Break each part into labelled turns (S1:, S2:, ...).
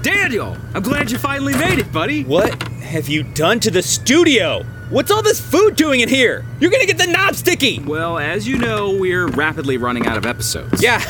S1: studio. I'm glad you finally made it, buddy.
S2: What have you done to the studio? What's all this food doing in here? You're gonna get the knob sticky!
S1: Well, as you know, we're rapidly running out of episodes.
S2: Yeah,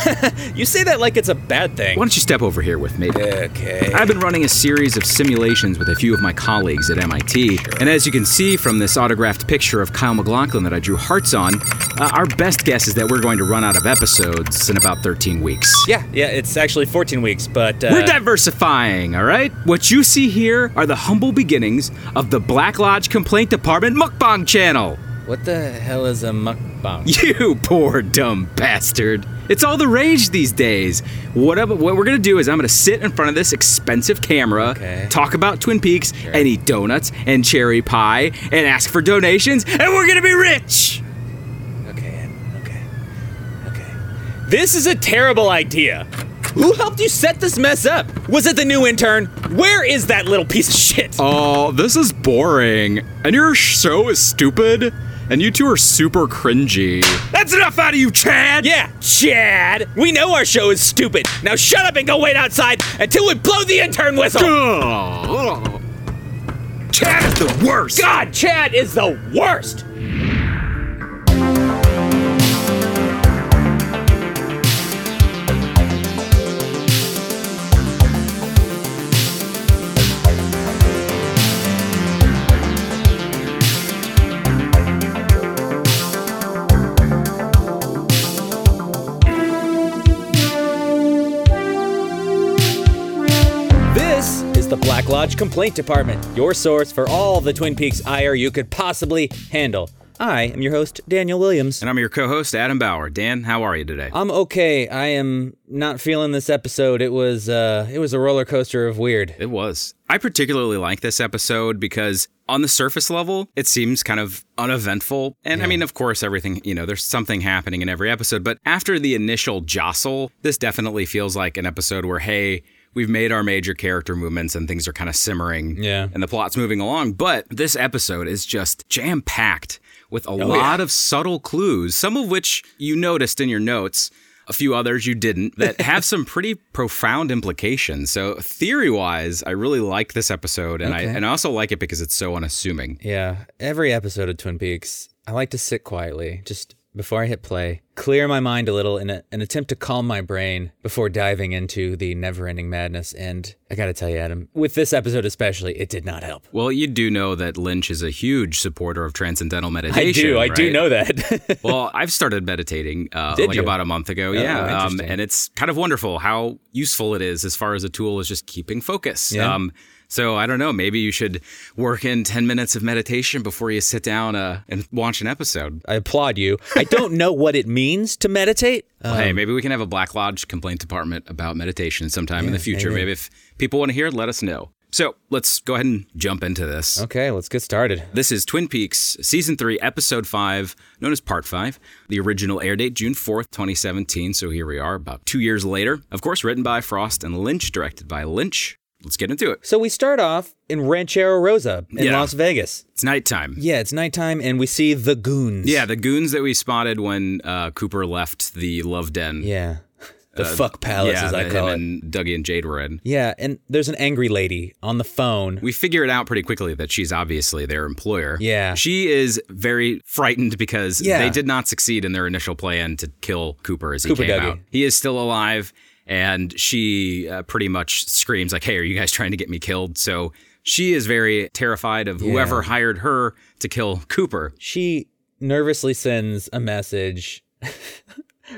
S2: you say that like it's a bad thing.
S1: Why don't you step over here with me?
S2: Okay.
S1: I've been running a series of simulations with a few of my colleagues at MIT, and as you can see from this autographed picture of Kyle McLaughlin that I drew hearts on, uh, our best guess is that we're going to run out of episodes in about 13 weeks.
S2: Yeah, yeah, it's actually 14 weeks, but. Uh,
S1: We're diversifying, all right? What you see here are the humble beginnings of the Black Lodge Complaint Department mukbang channel.
S2: What the hell is a mukbang?
S1: You poor dumb bastard. It's all the rage these days. What, ab- what we're gonna do is I'm gonna sit in front of this expensive camera,
S2: Okay.
S1: talk about Twin Peaks, and eat donuts and cherry pie and ask for donations, and we're gonna be rich.
S2: Okay, okay, okay. This is a terrible idea. Who helped you set this mess up? Was it the new intern? Where is that little piece of shit?
S3: Oh, this is boring. And your show is stupid. And you two are super cringy.
S1: That's enough out of you, Chad.
S2: Yeah, Chad. We know our show is stupid. Now shut up and go wait outside until we blow the intern whistle.
S3: Ugh.
S1: Chad is the worst.
S2: God, Chad is the worst. This is the Black Lodge Complaint Department, your source for all the Twin Peaks ire you could possibly handle. I am your host, Daniel Williams.
S1: And I'm your co-host, Adam Bauer. Dan, how are you today?
S2: I'm okay. I am not feeling this episode. It was uh it was a roller coaster of weird.
S3: It was. I particularly like this episode because on the surface level, it seems kind of uneventful. And I mean, of course, everything, you know, there's something happening in every episode, but after the initial jostle, this definitely feels like an episode where, hey, we've made our major character movements and things are kind of simmering.
S2: Yeah.
S3: And the plot's moving along. But this episode is just jam packed with a
S2: Oh,
S3: lot of subtle clues, some of which you noticed in your notes, a few others you didn't, that have some pretty profound implications. So, theory wise, I really like this episode. And, I, and I also like it because it's so unassuming.
S2: Yeah, every episode of Twin Peaks, I like to sit quietly, just before I hit play, clear my mind a little in a, an attempt to calm my brain before diving into the never ending madness. And I gotta tell you, Adam, with this episode especially, it did not help.
S3: Well, you do know that Lynch is a huge supporter of transcendental meditation.
S2: I do, I do
S3: right?
S2: know that.
S3: well, I've started meditating uh,
S2: Did
S3: like
S2: you? Oh,
S3: about a month ago. yeah, um,
S2: interesting.
S3: and it's kind of wonderful how useful it is as far as a tool is just keeping focus.
S2: Yeah.
S3: Um, so I don't know. Maybe you should work in ten minutes of meditation before you sit down uh, and watch an episode.
S2: I applaud you. I don't know what it means to meditate. Uh,
S3: hey, maybe we can have a Black Lodge complaint department about meditation sometime in the future. Maybe. if people want to hear, it, let us know. So let's go ahead and jump into this.
S2: okay, let's get started.
S3: This is Twin Peaks, Season 3, Episode 5, known as Part 5. The original air date, June 4th, 2017. So here we are, about two years later. Of course, written by Frost and Lynch, directed by Lynch. Let's get into it.
S2: So we start off in Ranchero Rosa in
S3: Yeah.
S2: Las Vegas.
S3: It's nighttime.
S2: Yeah, it's nighttime and we see the goons.
S3: Yeah, the goons that we spotted when uh, Cooper left the Love Den.
S2: Yeah. Uh, The fuck palace,
S3: yeah
S2: as I
S3: that him
S2: call it.
S3: and Dougie and Jade were in.
S2: Yeah, and there's an angry lady on the phone.
S3: We figure it out pretty quickly that she's obviously their employer.
S2: Yeah.
S3: She is very frightened because
S2: Yeah.
S3: they did not succeed in their initial plan to kill Cooper as
S2: Cooper
S3: he came
S2: Dougie.
S3: out. He is still alive, and she uh, pretty much screams, like, hey, are you guys trying to get me killed? So she is very terrified of whoever hired her to kill Cooper.
S2: She nervously sends a message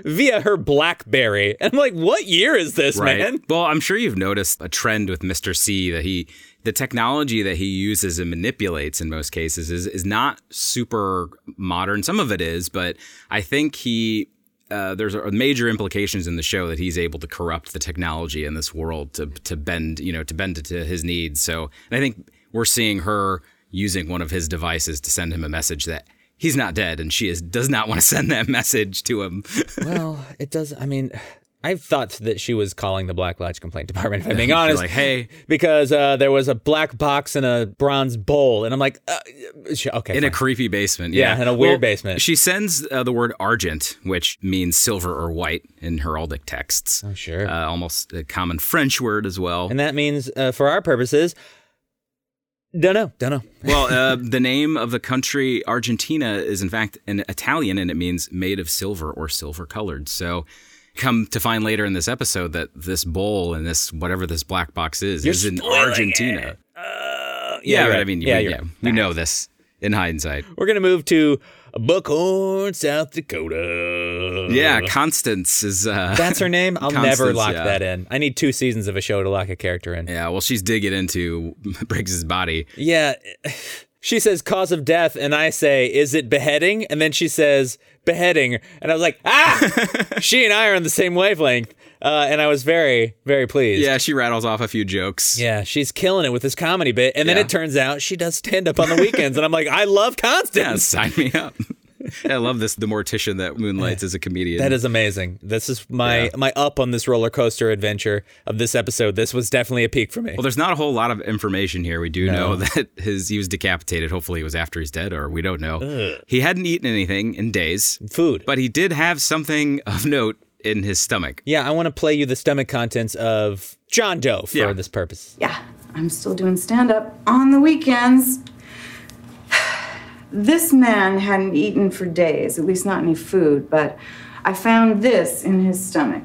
S2: via her BlackBerry. And I'm like, what year is this, man?
S3: Well, I'm sure you've noticed a trend with Mr. C that he the technology that he uses and manipulates in most cases is is not super modern. Some of it is, but I think he uh, there's a- major implications in the show that he's able to corrupt the technology in this world to to bend you know to bend it to his needs. So and I think we're seeing her using one of his devices to send him a message that he's not dead and she is does not want to send that message to him.
S2: well, it does. I mean, I thought that she was calling the Black Lodge complaint department. If I'm being honest,
S3: like, hey.
S2: because uh, there was a black box and a bronze bowl, and I'm like, uh, sh- okay,
S3: in a
S2: fine.
S3: creepy basement.
S2: Yeah,
S3: Yeah,
S2: in a weird basement.
S3: She sends uh, the word argent, which means silver or white in heraldic texts.
S2: Oh, sure.
S3: Uh, almost a common French word as well.
S2: and that means uh, for our purposes, don't know, don't know.
S3: well, uh, the name of the country, Argentina, is in fact an Italian and it means made of silver or silver colored. So come to find later in this episode that this bowl and this whatever this black box is is in Argentina.
S2: Uh,
S3: Yeah,
S2: you're
S3: but
S2: right.
S3: I mean,
S2: yeah,
S3: we,
S2: you're
S3: yeah,
S2: right.
S3: we know this in hindsight.
S2: We're gonna move to Buckhorn, South Dakota.
S3: Yeah, Constance is. Uh,
S2: that's her name. I'll never
S3: Constance,
S2: lock
S3: yeah.
S2: that in. I need two seasons of a show to lock a character in.
S3: Yeah, well, she's digging into Briggs's body.
S2: Yeah. She says cause of death, and I say, is it beheading? And then she says beheading, and I was like, ah! she and I are on the same wavelength, uh, and I was very, very pleased.
S3: Yeah, she rattles off a few jokes.
S2: Yeah, she's killing it with this comedy bit, and then
S3: Yeah.
S2: it turns out she does stand up on the weekends, and I'm like, I love
S3: Yeah,
S2: Constance.
S3: sign me up. I love this. The mortician that moonlights as a comedian.
S2: That is amazing. This is my
S3: Yeah.
S2: my up on this roller coaster adventure of this episode. This was definitely a peak for me.
S3: Well, there's not a whole lot of information here. We do know that his he was decapitated. Hopefully, it was after he's dead, or we don't know. He hadn't eaten anything in days,
S2: Food.
S3: but he did have something of note in his stomach.
S2: yeah, I want to play you the stomach contents of John Doe for
S3: Yeah.
S2: this purpose.
S4: Yeah, I'm still doing stand up on the weekends. This man hadn't eaten for days, at least not any food, but I found this in his stomach.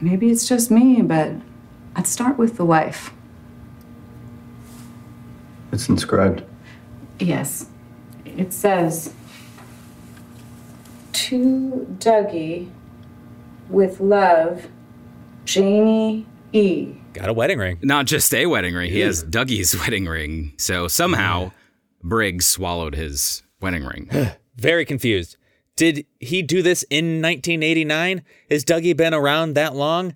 S4: Maybe it's just me, but I'd start with the wife.
S5: It's inscribed.
S4: Yes. It says To Dougie with love, Janie E.
S2: Got a wedding ring.
S3: Not just a wedding ring. He has Dougie's wedding ring. So somehow, Briggs swallowed his wedding ring.
S2: Very confused. Did he do this in 1989? Has Dougie been around that long?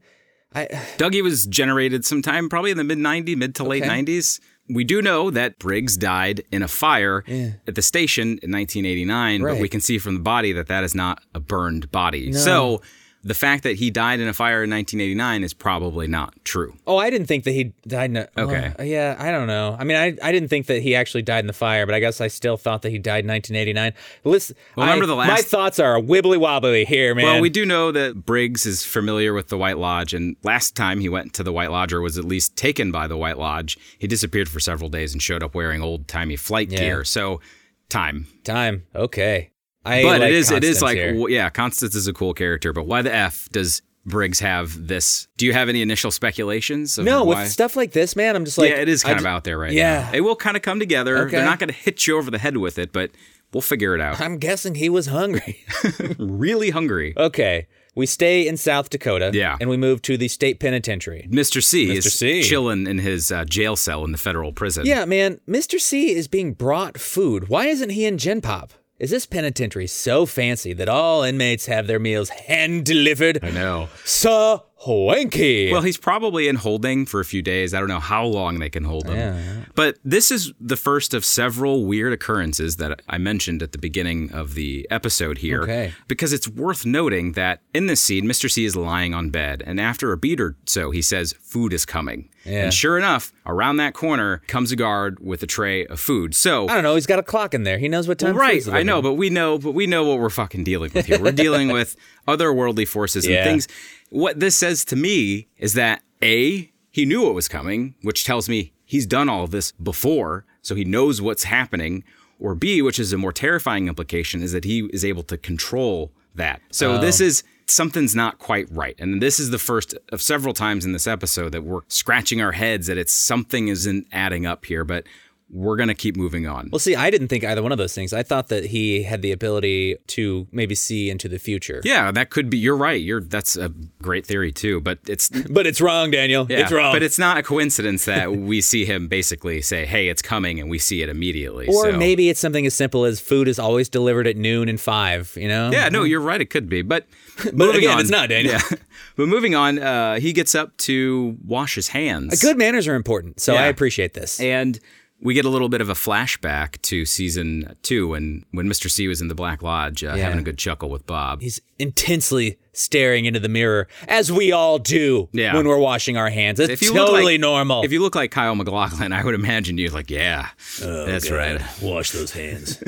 S3: Dougie was generated sometime probably in the mid 90s, mid to late
S2: Okay.
S3: 90s. We do know that Briggs died in a fire at the station in 1989,
S2: Right.
S3: but we can see from the body that that is not a burned body. So the fact that he died in a fire in 1989 is probably not true.
S2: Oh, I didn't think that he died in a.
S3: Okay.
S2: Oh, yeah, I don't know. I mean, I, I didn't think that he actually died in the fire, but I guess I still thought that he died in 1989. Listen,
S3: Well, remember
S2: I-
S3: the
S2: My
S3: last-
S2: thoughts are wibbly wobbly here, man.
S3: Well, we do know that Briggs is familiar with the White Lodge, and last time he went to the White Lodge or was at least taken by the White Lodge, he disappeared for several days and showed up wearing old timey flight gear. So, time.
S2: Time. Okay. I
S3: but
S2: like
S3: it is it
S2: Constance
S3: is like
S2: here.
S3: w yeah constance is a cool character but why the f does briggs have this do you have any initial speculations of
S2: no, with
S3: why?
S2: stuff like this, man, I'm just like.
S3: yeah it is kind
S2: I
S3: of
S2: ju-
S3: out there right
S2: yeah.
S3: now. it will kind of come together
S2: Okay.
S3: they're not going to hit you over the head with it but we'll figure it out
S2: I'm guessing he was hungry.
S3: really hungry
S2: okay. We stay in South Dakota.
S3: Yeah.
S2: And we move to the state penitentiary.
S3: mr c
S2: Mr.
S3: is
S2: C.
S3: chilling in his uh, jail cell in the federal prison
S2: Yeah, man. Mr. C is being brought food. Why isn't he in Gen Pop? Is this penitentiary so fancy that all inmates have their meals hand delivered?
S3: i know
S2: So wanky.
S3: Well, he's probably in holding for a few days. I don't know how long they can hold him. But this is the first of several weird occurrences that I mentioned at the beginning of the episode here.
S2: Okay.
S3: Because it's worth noting that in this scene, Mr. C is lying on bed. And after a beat or so, he says, Food is coming.
S2: Yeah.
S3: And sure enough, around that corner comes a guard with a tray of food. So.
S2: I don't know. He's got a clock in there. He knows what time.
S3: Right,
S2: food's
S3: I know,
S2: delivered.
S3: but we know, but we know what we're fucking dealing with here. We're dealing with otherworldly forces
S2: Yeah.
S3: and things. What this says to me is that a he knew what was coming, which tells me he's done all of this before, so he knows what's happening. Or b, which is a more terrifying implication, is that he is able to control that. So this is something's not quite right, and this is the first of several times in this episode that we're scratching our heads that it's something isn't adding up here, but. We're gonna keep moving on.
S2: Well, see, I didn't think either one of those things. I thought that he had the ability to maybe see into the future.
S3: Yeah, that could be. You're right. You're that's a great theory too. But it's
S2: But it's wrong, Daniel.
S3: yeah,
S2: It's wrong.
S3: But it's not a coincidence that we see him basically say, "Hey, it's coming," and we see it immediately.
S2: or
S3: so-
S2: maybe it's something as simple as food is always delivered at noon and five. You know?
S3: Yeah, no, you're right. It could be, but moving
S2: again,
S3: on,
S2: it's not, Daniel.
S3: Yeah, but moving on, uh, he gets up to wash his hands.
S2: Good manners are important, so I
S3: Yeah.
S2: appreciate this.
S3: And we get a little bit of a flashback to season two when when Mr. C was in the Black Lodge uh, having a good chuckle with Bob.
S2: He's intensely staring into the mirror, as we all do
S3: Yeah.
S2: when we're washing our hands. It's
S3: look
S2: totally
S3: like-
S2: normal.
S3: If you look like Kyle McLaughlin, I would imagine you're like, yeah,
S2: Oh,
S3: that's right.
S5: Wash those hands.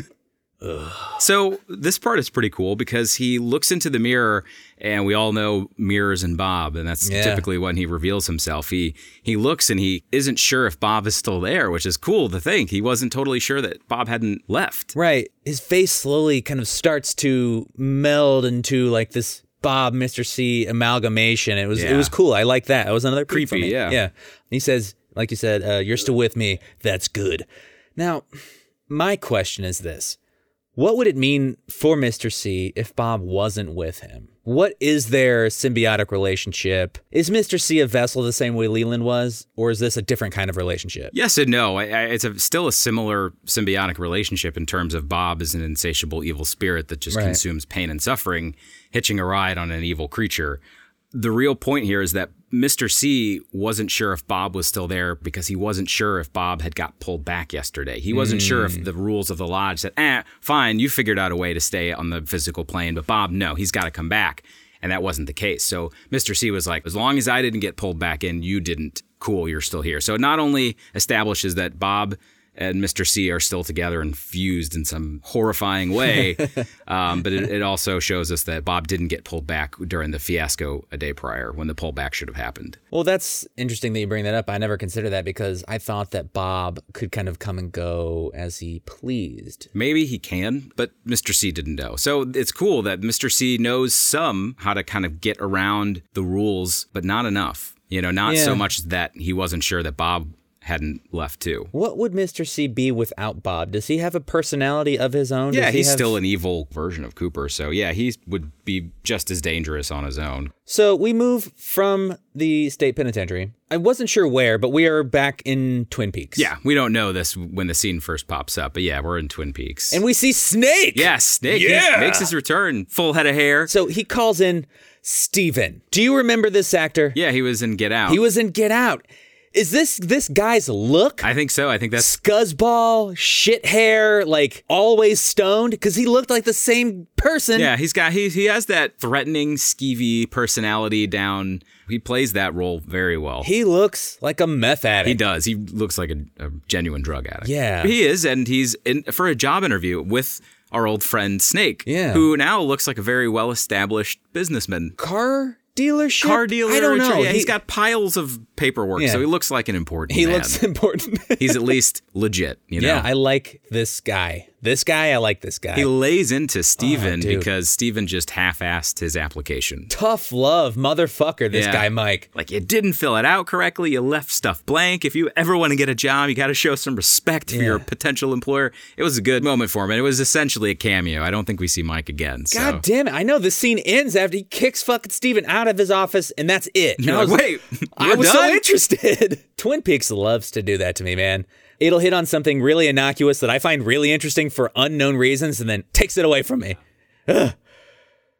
S3: So this part is pretty cool because he looks into the mirror, and we all know mirrors and Bob, and that's
S2: Yeah.
S3: typically when he reveals himself. He he looks and he isn't sure if Bob is still there, which is cool to think. He wasn't totally sure that Bob hadn't left.
S2: Right. His face slowly kind of starts to meld into like this Bob Mr. C amalgamation. It was it
S3: Yeah.
S2: was cool. I like that. That was another peep for
S3: Creepy,
S2: me.
S3: yeah.
S2: Yeah. And he says, like you said, uh, you're still with me. That's good. Now, my question is this. What would it mean for Mr. C if Bob wasn't with him? What is their symbiotic relationship? Is Mr. C a vessel the same way Leland was, or is this a different kind of relationship?
S3: Yes and no. I, I, it's a, still a similar symbiotic relationship in terms of Bob is an insatiable evil spirit that just
S2: Right.
S3: consumes pain and suffering, hitching a ride on an evil creature. The real point here is that Mr. C wasn't sure if Bob was still there because he wasn't sure if Bob had got pulled back yesterday. He wasn't sure if the rules of the lodge said, eh, fine, you figured out a way to stay on the physical plane, but Bob, no, he's got to come back. And that wasn't the case. So Mr. C was like, as long as I didn't get pulled back in, you didn't. Cool, you're still here. So it not only establishes that Bob and Mr. C are still together and fused in some horrifying way, um, but it, it also shows us that Bob didn't get pulled back during the fiasco a day prior when the pullback should have happened.
S2: Well, that's interesting that you bring that up. I never considered that because I thought that Bob could kind of come and go as he pleased.
S3: Maybe he can, but Mr. C didn't know. So it's cool that Mr. C knows some how to kind of get around the rules, but not enough. You know, not
S2: Yeah.
S3: so much that he wasn't sure that Bob hadn't left too.
S2: What would Mr. C be without Bob? Does he have a personality of his own?
S3: Yeah,
S2: Does he
S3: he's
S2: have-
S3: still an evil version of Cooper. So yeah, he would be just as dangerous on his own.
S2: So we move from the state penitentiary. I wasn't sure where, but we are back in Twin Peaks.
S3: Yeah, we don't know this when the scene first pops up, but yeah, we're in Twin Peaks.
S2: And we see Snake.
S3: yeah, Snake he
S5: Yeah!
S3: makes his return, full head of hair.
S2: So he calls in Steven. Do you remember this actor?
S3: yeah, he was in Get Out.
S2: He was in Get Out. Is this this guy's look?
S3: I think so. I think that's
S2: scuzzball, shit hair, like always stoned, because he looked like the same person.
S3: yeah. He's got he he has that threatening, skeevy personality down. He plays that role very well.
S2: He looks like a meth addict.
S3: He does. He looks like a, a genuine drug addict.
S2: Yeah.
S3: he is, and he's in for a job interview with our old friend Snake.
S2: Yeah.
S3: who now looks like a very well-established businessman.
S2: Car dealership?
S3: Car dealer.
S2: I don't know.
S3: Yeah,
S2: He-
S3: he's got piles of paperwork,
S2: Yeah.
S3: so he looks like an important.
S2: He
S3: man.
S2: looks important.
S3: he's at least legit. You know.
S2: yeah, I like this guy. This guy, I like this guy.
S3: he lays into Steven
S2: Oh, dude.
S3: because Steven just half-assed his application.
S2: Tough love, motherfucker, this
S3: Yeah.
S2: guy, Mike.
S3: Like you didn't fill it out correctly, you left stuff blank. If you ever want to get a job, you got to show some respect for your potential employer. It was a good moment for him, and it was essentially a cameo. I don't think we see Mike again. So.
S2: God damn it. I know the scene ends after he kicks fucking Steven out of his office and that's it. And
S3: You're
S2: I
S3: like,
S2: was-
S3: wait,
S2: I
S3: we're
S2: was so
S3: done?
S2: interested. Twin Peaks loves to do that to me, man. It'll hit on something really innocuous that I find really interesting for unknown reasons and then takes it away from me. Ugh.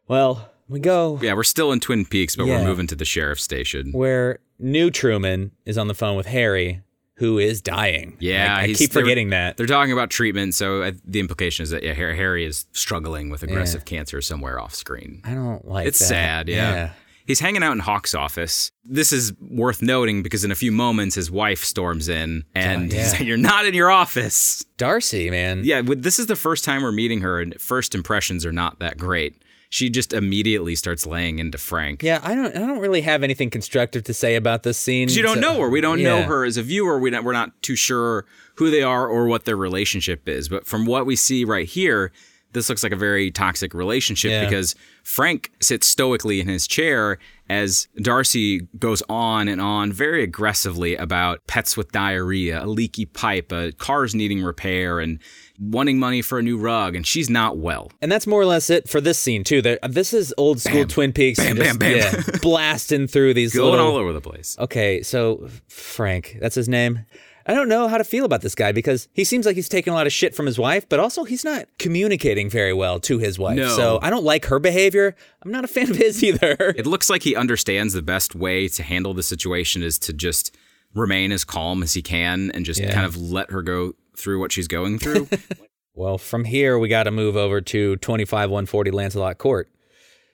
S2: Well, we go
S3: Yeah, we're still in Twin Peaks, but
S2: Yeah.
S3: we're moving to the sheriff's station.
S2: where new Truman is on the phone with Harry, who is dying.
S3: Yeah,
S2: I, I
S3: he's-
S2: keep
S3: they're-
S2: forgetting that.
S3: They're talking about treatment, so uh, the implication is that yeah, Har- Harry is struggling with aggressive cancer somewhere off screen.
S2: I don't like
S3: It's
S2: that.
S3: sad, yeah. He's hanging out in Hawk's office. This is worth noting because in a few moments his wife storms in and he's like, "You're not in your office."
S2: Darcy, man.
S3: Yeah, with- this is the first time we're meeting her, and first impressions are not that great. She just immediately starts laying into Frank.
S2: Yeah, I don't I don't really have anything constructive to say about this scene.
S3: You don't
S2: so-
S3: know her. We don't know
S2: Yeah.
S3: her as a viewer. We don't, we're not too sure who they are or what their relationship is. But from what we see right here, this looks like a very toxic relationship
S2: Yeah.
S3: because Frank sits stoically in his chair as Darcy goes on and on very aggressively about pets with diarrhea, a leaky pipe, uh, cars needing repair, and wanting money for a new rug. And she's not well.
S2: And that's more or less it for this scene too. There, this is old school Twin Peaks, and
S3: bam, bam.
S2: yeah, blasting through these
S3: Going
S2: little.
S3: all over the place.
S2: okay, so Frank, that's his name. I don't know how to feel about this guy because he seems like he's taking a lot of shit from his wife, but also he's not communicating very well to his wife.
S3: No.
S2: So I don't like her behavior. I'm not a fan of his either.
S3: It looks like he understands the best way to handle the situation is to just remain as calm as he can and just
S2: Yeah.
S3: kind of let her go through what she's going through.
S2: Well, from here, we got to move over to 25140 Lancelot Court.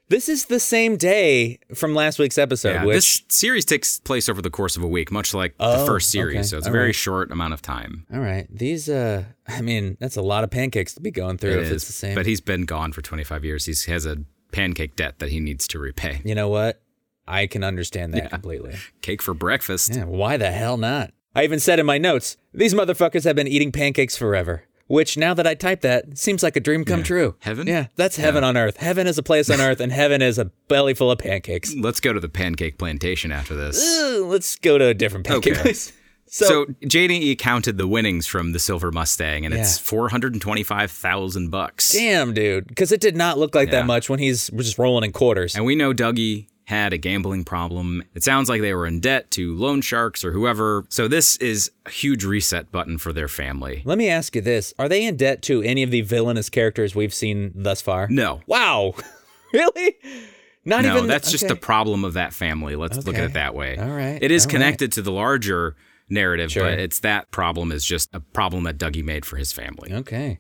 S2: This is the same day from last week's episode,
S3: Yeah,
S2: which
S3: this series takes place over the course of a week, much like the
S2: Oh,
S3: first series.
S2: okay.
S3: So it's
S2: All
S3: a very
S2: right.
S3: short amount of time.
S2: All right. These uh I mean, that's a lot of pancakes to be going through if
S3: It
S2: it's
S3: is,
S2: the same.
S3: But he's been gone for 25 years. He's, he has a pancake debt that he needs to repay.
S2: you know what? I can understand that completely.
S3: Cake for breakfast.
S2: Yeah, why the hell not? I even said in my notes, these motherfuckers have been eating pancakes forever. Which now that I type that seems like a dream come true.
S3: Heaven?
S2: Yeah, that's heaven on earth. Heaven is a place on earth, and heaven is a belly full of pancakes.
S3: Let's go to the pancake plantation after this.
S2: Ugh, let's go to a different pancake
S3: Okay.
S2: place. So,
S3: So, JDE counted the winnings from the Silver Mustang, and it's
S2: Yeah.
S3: 425,000 bucks.
S2: damn, dude, because it did not look like
S3: Yeah.
S2: that much when he's just rolling in quarters.
S3: And we know Dougie had a gambling problem. It sounds like they were in debt to loan sharks or whoever. So this is a huge reset button for their family.
S2: Let me ask you this: Are they in debt to any of the villainous characters we've seen thus far?
S3: No.
S2: Wow, really? Not
S3: No,
S2: even.
S3: that's just
S2: okay.
S3: the problem of that family. Let's look at
S2: Okay.
S3: it that way.
S2: All right.
S3: It is
S2: All right.
S3: connected to the larger narrative,
S2: Sure.
S3: but it's that problem is just a problem that Dougie made for his family.
S2: Okay.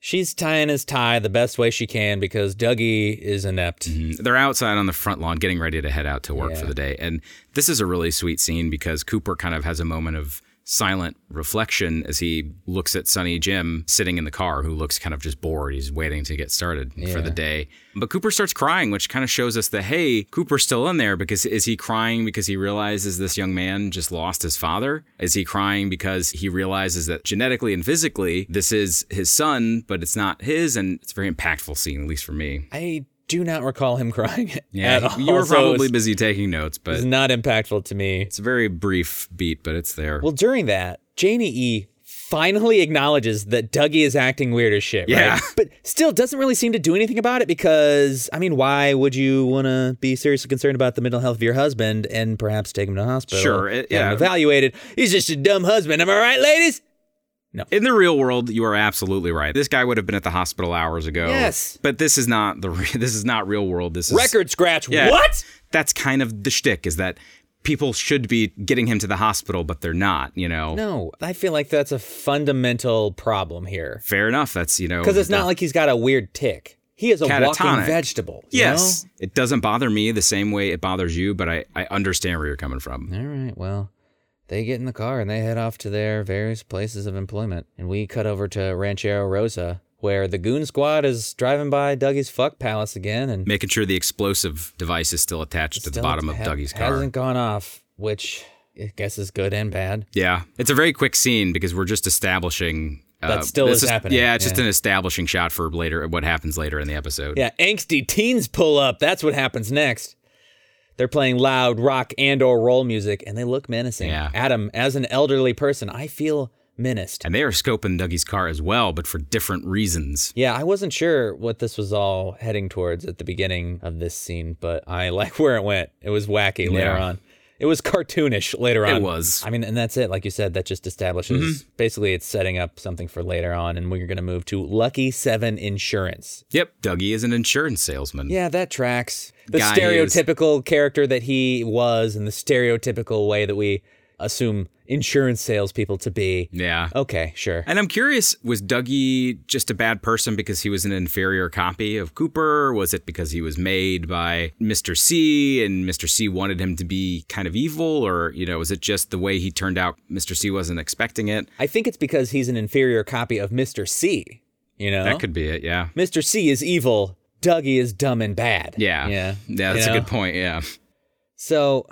S2: She's tying his tie the best way she can because Dougie is inept.
S3: They're outside on the front lawn getting ready to head out to work
S2: Yeah.
S3: for the day. And this is a really sweet scene because Cooper kind of has a moment of silent reflection as he looks at Sonny Jim sitting in the car, who looks kind of just bored. He's waiting to get started for the day. But Cooper starts crying, which kind of shows us that, hey, Cooper's still in there because is he crying because he realizes this young man just lost his father? Is he crying because he realizes that genetically and physically this is his son, but it's not his? And it's a very impactful scene, at least for me.
S2: I do not recall him crying at all.
S3: You were
S2: so
S3: probably
S2: it's,
S3: busy taking notes, but
S2: it's not impactful to me.
S3: it's a very brief beat, but it's there.
S2: Well, during that, Janie E finally acknowledges that Dougie is acting weird as shit,
S3: Yeah.
S2: right? But still doesn't really seem to do anything about it because I mean, why would you want to be seriously concerned about the mental health of your husband and perhaps take him to the hospital?
S3: Sure, it-
S2: get him
S3: yeah.
S2: Evaluated. He's just a dumb husband. Am I right, ladies?
S3: in the real world, you are absolutely right. This guy would have been at the hospital hours ago.
S2: Yes.
S3: but this is not the re- this is not real world. This is
S2: Record scratch.
S3: Yeah.
S2: What?
S3: That's kind of the shtick is that people should be getting him to the hospital, but they're not. You know,
S2: No, I feel like that's a fundamental problem here
S3: fair enough. That's you know
S2: because it's not like he's got a weird tick. He is a walking
S3: Catatonic.
S2: vegetable. you
S3: yes, it doesn't bother me the same way it bothers you, but I I understand where you're coming from.
S2: All right. Well, they get in the car and they head off to their various places of employment. And we cut over to Ranchero Rosa, where the goon squad is driving by Dougie's fuck palace again and
S3: Making sure the explosive device is still attached to the
S2: still
S3: bottom of
S2: ha-
S3: Dougie's car.
S2: Hasn't gone off, which I guess is good and bad.
S3: Yeah, it's a very quick scene because we're just establishing. Uh,
S2: That still
S3: this
S2: is happening.
S3: Yeah, it's just
S2: Yeah.
S3: an establishing shot for later what happens later in the episode.
S2: Yeah, angsty teens pull up. That's what happens next. They're playing loud rock and or roll music and they look menacing.
S3: Yeah.
S2: Adam, as an elderly person, I feel menaced.
S3: and they are scoping Dougie's car as well, but for different reasons.
S2: Yeah, I wasn't sure what this was all heading towards at the beginning of this scene, but I like where it went. It was wacky later
S3: Yeah.
S2: on. It was cartoonish later on.
S3: It was. Mm-hmm.
S2: I mean, and that's it. Like you said, that just establishes basically it's setting up something for later on, and we're going to move to Lucky Seven Insurance.
S3: Yep, Dougie is an insurance salesman.
S2: Yeah, that tracks. The
S3: Guy is-
S2: stereotypical character that he was, and the stereotypical way that we assume insurance salespeople to be.
S3: Yeah.
S2: Okay, sure.
S3: And I'm curious, was Dougie just a bad person because he was an inferior copy of Cooper? Was it because he was made by Mr. C and Mr. C wanted him to be kind of evil? Or, you know, was it just the way he turned out? Mr. C wasn't expecting it?
S2: I think it's because he's an inferior copy of Mr. C. You know,
S3: That could be it, yeah.
S2: Mr. C is evil. Dougie is dumb and bad.
S3: Yeah.
S2: Yeah.
S3: Yeah,
S2: You
S3: that's a
S2: know?
S3: good point. Yeah.
S2: So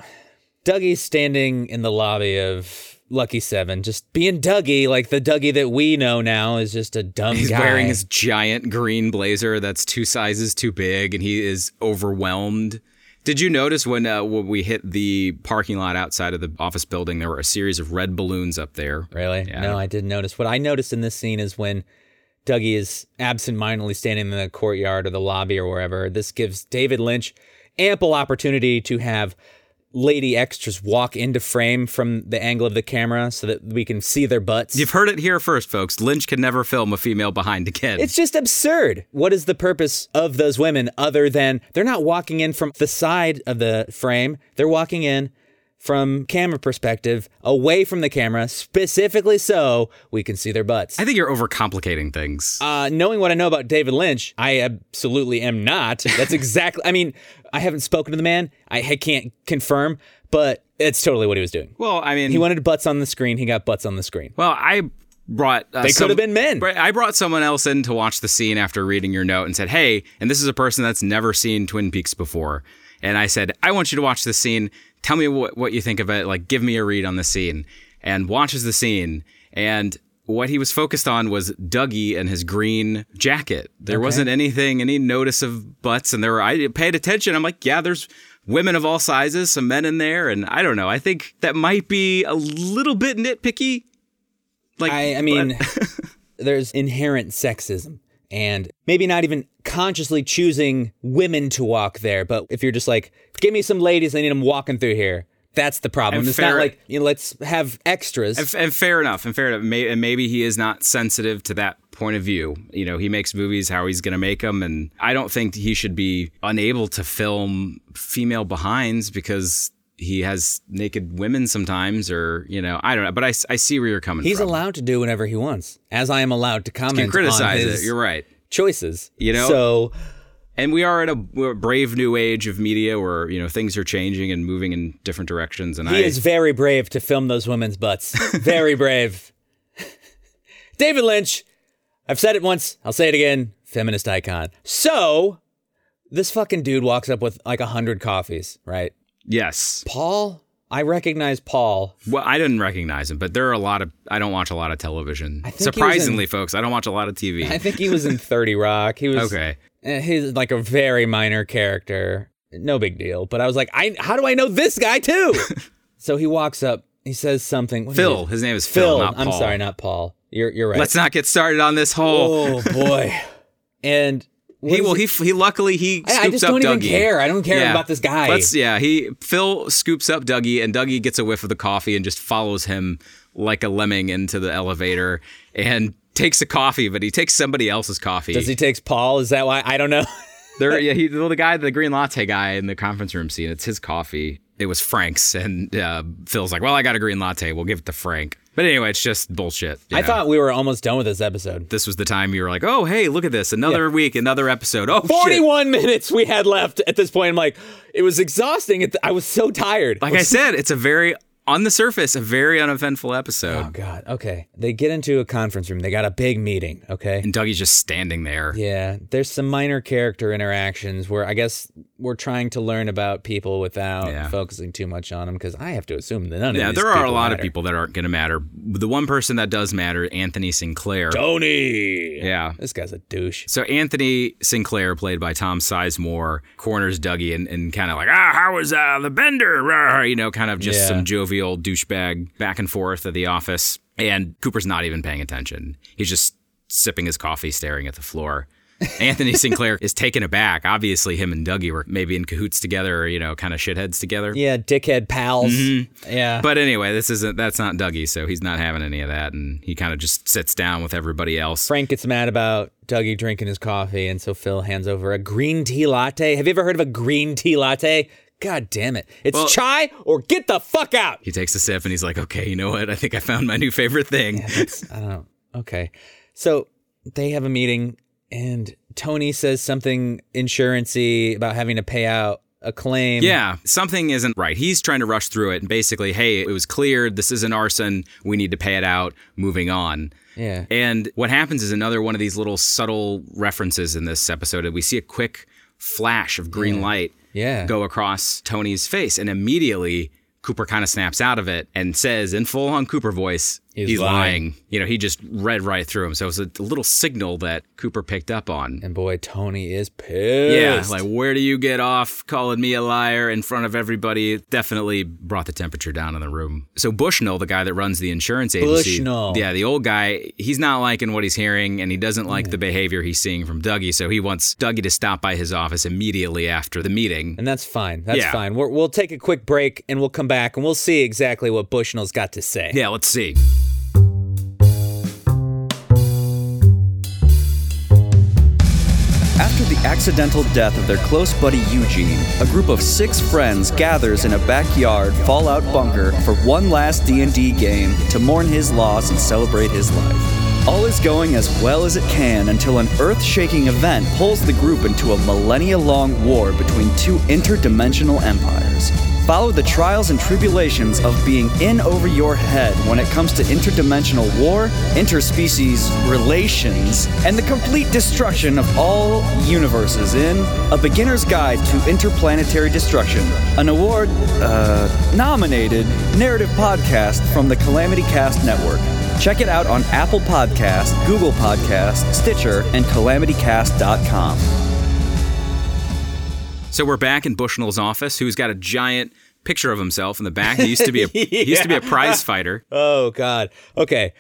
S2: Dougie's standing in the lobby of Lucky Seven, just being Dougie, like the Dougie that we know now is just a dumb
S3: He's
S2: guy.
S3: wearing his giant green blazer that's two sizes too big, and he is overwhelmed. Did you notice when uh, when we hit the parking lot outside of the office building, there were a series of red balloons up there?
S2: Really?
S3: Yeah.
S2: No, I didn't notice. What I noticed in this scene is when Dougie is absentmindedly standing in the courtyard or the lobby or wherever, this gives David Lynch ample opportunity to have lady extras walk into frame from the angle of the camera so that we can see their butts.
S3: You've heard it here first, folks. Lynch can never film a female behind again.
S2: It's just absurd. What is the purpose of those women other than they're not walking in from the side of the frame? They're walking in from camera perspective, away from the camera, specifically so we can see their butts.
S3: I think you're overcomplicating things.
S2: Uh, knowing what I know about David Lynch, I absolutely am not. That's exactly. I mean, I haven't spoken to the man. I, I can't confirm, but it's totally what he was doing.
S3: well, I mean,
S2: He wanted butts on the screen. He got butts on the screen.
S3: well, I brought uh,
S2: They could have been men.
S3: Br- I brought someone else in to watch the scene after reading your note and said, "Hey," and this is a person that's never seen Twin Peaks before, and I said, "I want you to watch this scene. Tell me what what you think of it. Like, give me a read on the scene." And watches the scene, and what he was focused on was Dougie and his green jacket. There wasn't anything, any notice of butts, and there were. I paid attention. I'm like, yeah, there's. Women of all sizes, some men in there, and I don't know. I think that might be a little bit nitpicky. Like,
S2: I, I mean, there's inherent sexism and maybe not even consciously choosing women to walk there. But if you're just like, give me some ladies, I need them walking through here. That's the problem.
S3: And
S2: it's
S3: fair-
S2: not like you know, let's have extras.
S3: F- and fair enough and fair enough May- and maybe he is not sensitive to that point of view you know he makes movies how he's going to make them and i don't think he should be unable to film female behinds because he has naked women sometimes or you know i don't know but i, s- I see where you're coming
S2: He's
S3: from
S2: allowed to do whatever he wants, as I am allowed to comment
S3: you criticize
S2: on his
S3: it you're right
S2: choices.
S3: You know?
S2: so
S3: and we are at a, we're a brave new age of media where you know things are changing and moving in different directions and
S2: he
S3: i
S2: is very brave to film those women's butts. Very brave. David Lynch, I've said it once, I'll say it again. Feminist icon. So this fucking dude walks up with like a hundred coffees, right?
S3: yes
S2: Paul, I recognize Paul.
S3: Well, I didn't recognize him, but there are a lot of. I don't watch a lot of television.
S2: think he was in-
S3: Surprisingly, folks, I don't watch a lot of TV.
S2: I think he was in Thirty Rock. He was
S3: okay,
S2: Eh, he's like a very minor character no big deal but i was like i how do i know this guy too so he walks up he says something what
S3: Phil.
S2: is it?
S3: His name is Phil.
S2: phil
S3: not
S2: i'm
S3: Paul.
S2: sorry not paul you're, you're right
S3: Let's not get started on this whole.
S2: oh boy and what
S3: He
S2: is
S3: well,
S2: it?
S3: he he. Luckily, he.
S2: I- I
S3: scoops
S2: just
S3: up
S2: don't even
S3: Dougie.
S2: care. I don't care
S3: Yeah.
S2: about this guy.
S3: Let's yeah. He Phil scoops up Dougie, and Dougie gets a whiff of the coffee and just follows him like a lemming into the elevator and takes a coffee, but he takes somebody else's coffee.
S2: does he takes paul is that why i don't know
S3: There, yeah, he, the guy, the green latte guy in the conference room scene. It's his coffee. It was Frank's, and uh, Phil's like, "Well, I got a green latte. We'll give it to Frank." But anyway, it's just bullshit. you
S2: i
S3: know?
S2: thought we were almost done with this episode
S3: this was the time you were like, "Oh, hey, look at this! Another week, another episode. Oh, shit.
S2: 41 minutes we had left at this point i'm like it was exhausting It- i was so tired
S3: Like I said, it's a very, on the surface, a very uneventful episode.
S2: oh god okay they get into a conference room they got a big meeting okay
S3: And Dougie's just standing there.
S2: Yeah, there's some minor character interactions where I guess we're trying to learn about people without
S3: Yeah.
S2: focusing too much on them because I have to assume that none of
S3: Yeah,
S2: these
S3: there are a lot of
S2: matter.
S3: people that aren't going to matter. The one person that does matter, Anthony Sinclair.
S2: Tony.
S3: Yeah.
S2: This guy's a douche.
S3: So Anthony Sinclair, played by Tom Sizemore, corners Dougie and, and kind of like, ah, how was uh, the bender? Rah," you know, kind of just
S2: Yeah.
S3: some jovial douchebag back and forth at the office. And Cooper's not even paying attention. He's just sipping his coffee, staring at the floor. Anthony Sinclair is taken aback. Obviously, him and Dougie were maybe in cahoots together, or, you know, kind of shitheads together.
S2: Yeah, dickhead pals. Yeah.
S3: But anyway, this isn't that's not Dougie, so he's not having any of that, and he kind of just sits down with everybody else.
S2: Frank gets mad about Dougie drinking his coffee, and so Phil hands over a green tea latte. Have you ever heard of a green tea latte? God damn it. It's chai or get the fuck out.
S3: He takes a sip and he's like, "Okay, you know what? I think I found my new favorite thing."
S2: It's- I don't know. Okay. So they have a meeting and Tony says something insurancy about having to pay out a claim.
S3: Yeah, something isn't right. He's trying to rush through it and basically, hey, it was cleared. This isn't arson. We need to pay it out. Moving on.
S2: Yeah.
S3: And what happens is another one of these little subtle references in this episode. We see a quick flash of green light
S2: Yeah.
S3: go across Tony's face, and immediately Cooper kind of snaps out of it and says in full on Cooper voice,
S2: He's
S3: "He's, lying. You know, he just read right through him. So it's a little signal that Cooper picked up on.
S2: And boy, Tony is
S3: Yeah,
S2: pissed.
S3: like where do you get off calling me a liar in front of everybody? It definitely brought the temperature down in the room. So Bushnell, the guy that runs the insurance agency,
S2: Bushnell.
S3: yeah, the old guy, he's not liking what he's hearing, and he doesn't
S2: Mm.
S3: like the behavior he's seeing from Dougie. So he wants Dougie to stop by his office immediately after the meeting.
S2: and that's fine. That's
S3: Yeah.
S2: fine. We're, we'll take a quick break and we'll come back and we'll see exactly what Bushnell's got to say.
S3: Yeah, let's see.
S5: After the accidental death of their close buddy Eugene, a group of six friends gathers in a backyard fallout bunker for one last D&D game to mourn his loss and celebrate his life. All is going as well as it can until an earth-shaking event pulls the group into a millennia-long war between two interdimensional empires. Follow the trials and tribulations of being in over your head when it comes to interdimensional war, interspecies relations, and the complete destruction of all universes in A Beginner's Guide to Interplanetary Destruction, an award uh, nominated narrative podcast from the Calamity Cast Network. Check it out on Apple Podcast, Google Podcast, Stitcher, and calamitycast.com.
S3: So we're back in Bushnell's office, who's got a giant picture of himself in the back. He used to be a he used to be a prize fighter.
S2: Oh God. Okay.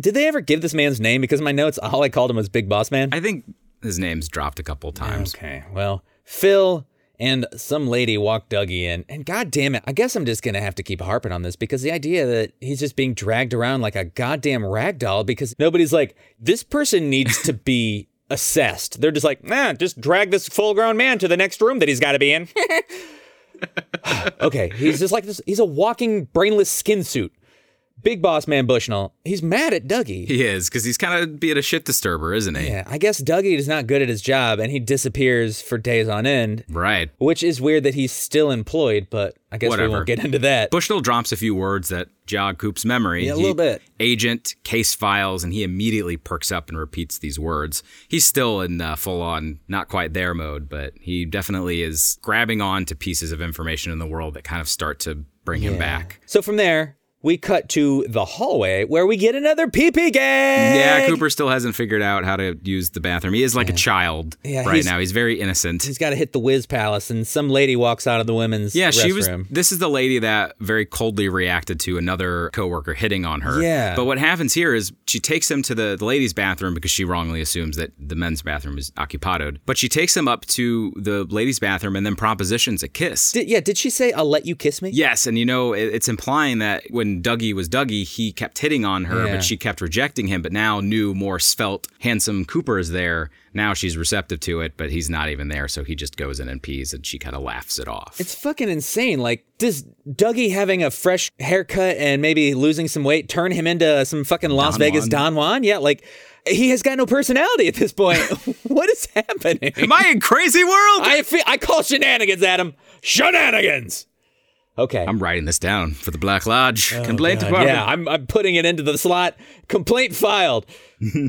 S2: Did they ever give this man's name? Because in my notes, all I called him was Big Boss Man.
S3: I think his name's dropped a couple times.
S2: Okay. Well, Phil and some lady walked Dougie in, and God damn it, I guess I'm just gonna have to keep harping on this because the idea that he's just being dragged around like a goddamn rag doll because nobody's like, this person needs to be assessed. They're just like, nah, just drag this full grown man to the next room that he's got to be in. okay, he's just like this. He's a walking brainless skin suit. Big boss man Bushnell. He's mad at Dougie.
S3: He is because he's kind of being a shit disturber, isn't he?
S2: Yeah, I guess Dougie is not good at his job and he disappears for days on end,
S3: Right.
S2: which is weird that he's still employed, but I guess
S3: Whatever.
S2: we won't get into that.
S3: Bushnell drops a few words that jog Coop's memory.
S2: Yeah, a little
S3: He-
S2: bit.
S3: Agent, case files, and he immediately perks up and repeats these words. He's still in uh, full on, not quite there mode, but he definitely is grabbing on to pieces of information in the world that kind of start to bring him back.
S2: So from there, we cut to the hallway where we get another pee pee gang.
S3: Yeah, Cooper still hasn't figured out how to use the bathroom. He is like a child
S2: Yeah,
S3: right
S2: he's-
S3: now. He's very innocent.
S2: He's got to hit the Whiz Palace, and some lady walks out of the women's
S3: Yeah, she was.
S2: restroom.
S3: This is the lady that very coldly reacted to another coworker hitting on her.
S2: Yeah.
S3: But what happens here is she takes him to the, the ladies' bathroom because she wrongly assumes that the men's bathroom is occupadoed. But she takes him up to the ladies' bathroom and then propositions a kiss.
S2: Did, yeah, did she say, I'll let you kiss me?
S3: Yes, and you know it, it's implying that when Dougie was Dougie, he kept hitting on her,
S2: Yeah.
S3: but she kept rejecting him. But now new, more svelte, handsome Cooper is there. Now she's receptive to it, but he's not even there, so he just goes in and pees, and she kind of laughs it off.
S2: It's fucking insane. Like, does Dougie having a fresh haircut and maybe losing some weight turn him into some fucking Las Vegas Don Juan? Yeah, like, he has got no personality at this point. what is happening?
S3: Am I in crazy world?
S2: I, fe- I call shenanigans, Adam. Shenanigans! Okay.
S3: I'm writing this down for the Black Lodge Complaint Department.
S2: Oh, yeah, I'm, I'm putting it into the slot. Complaint filed.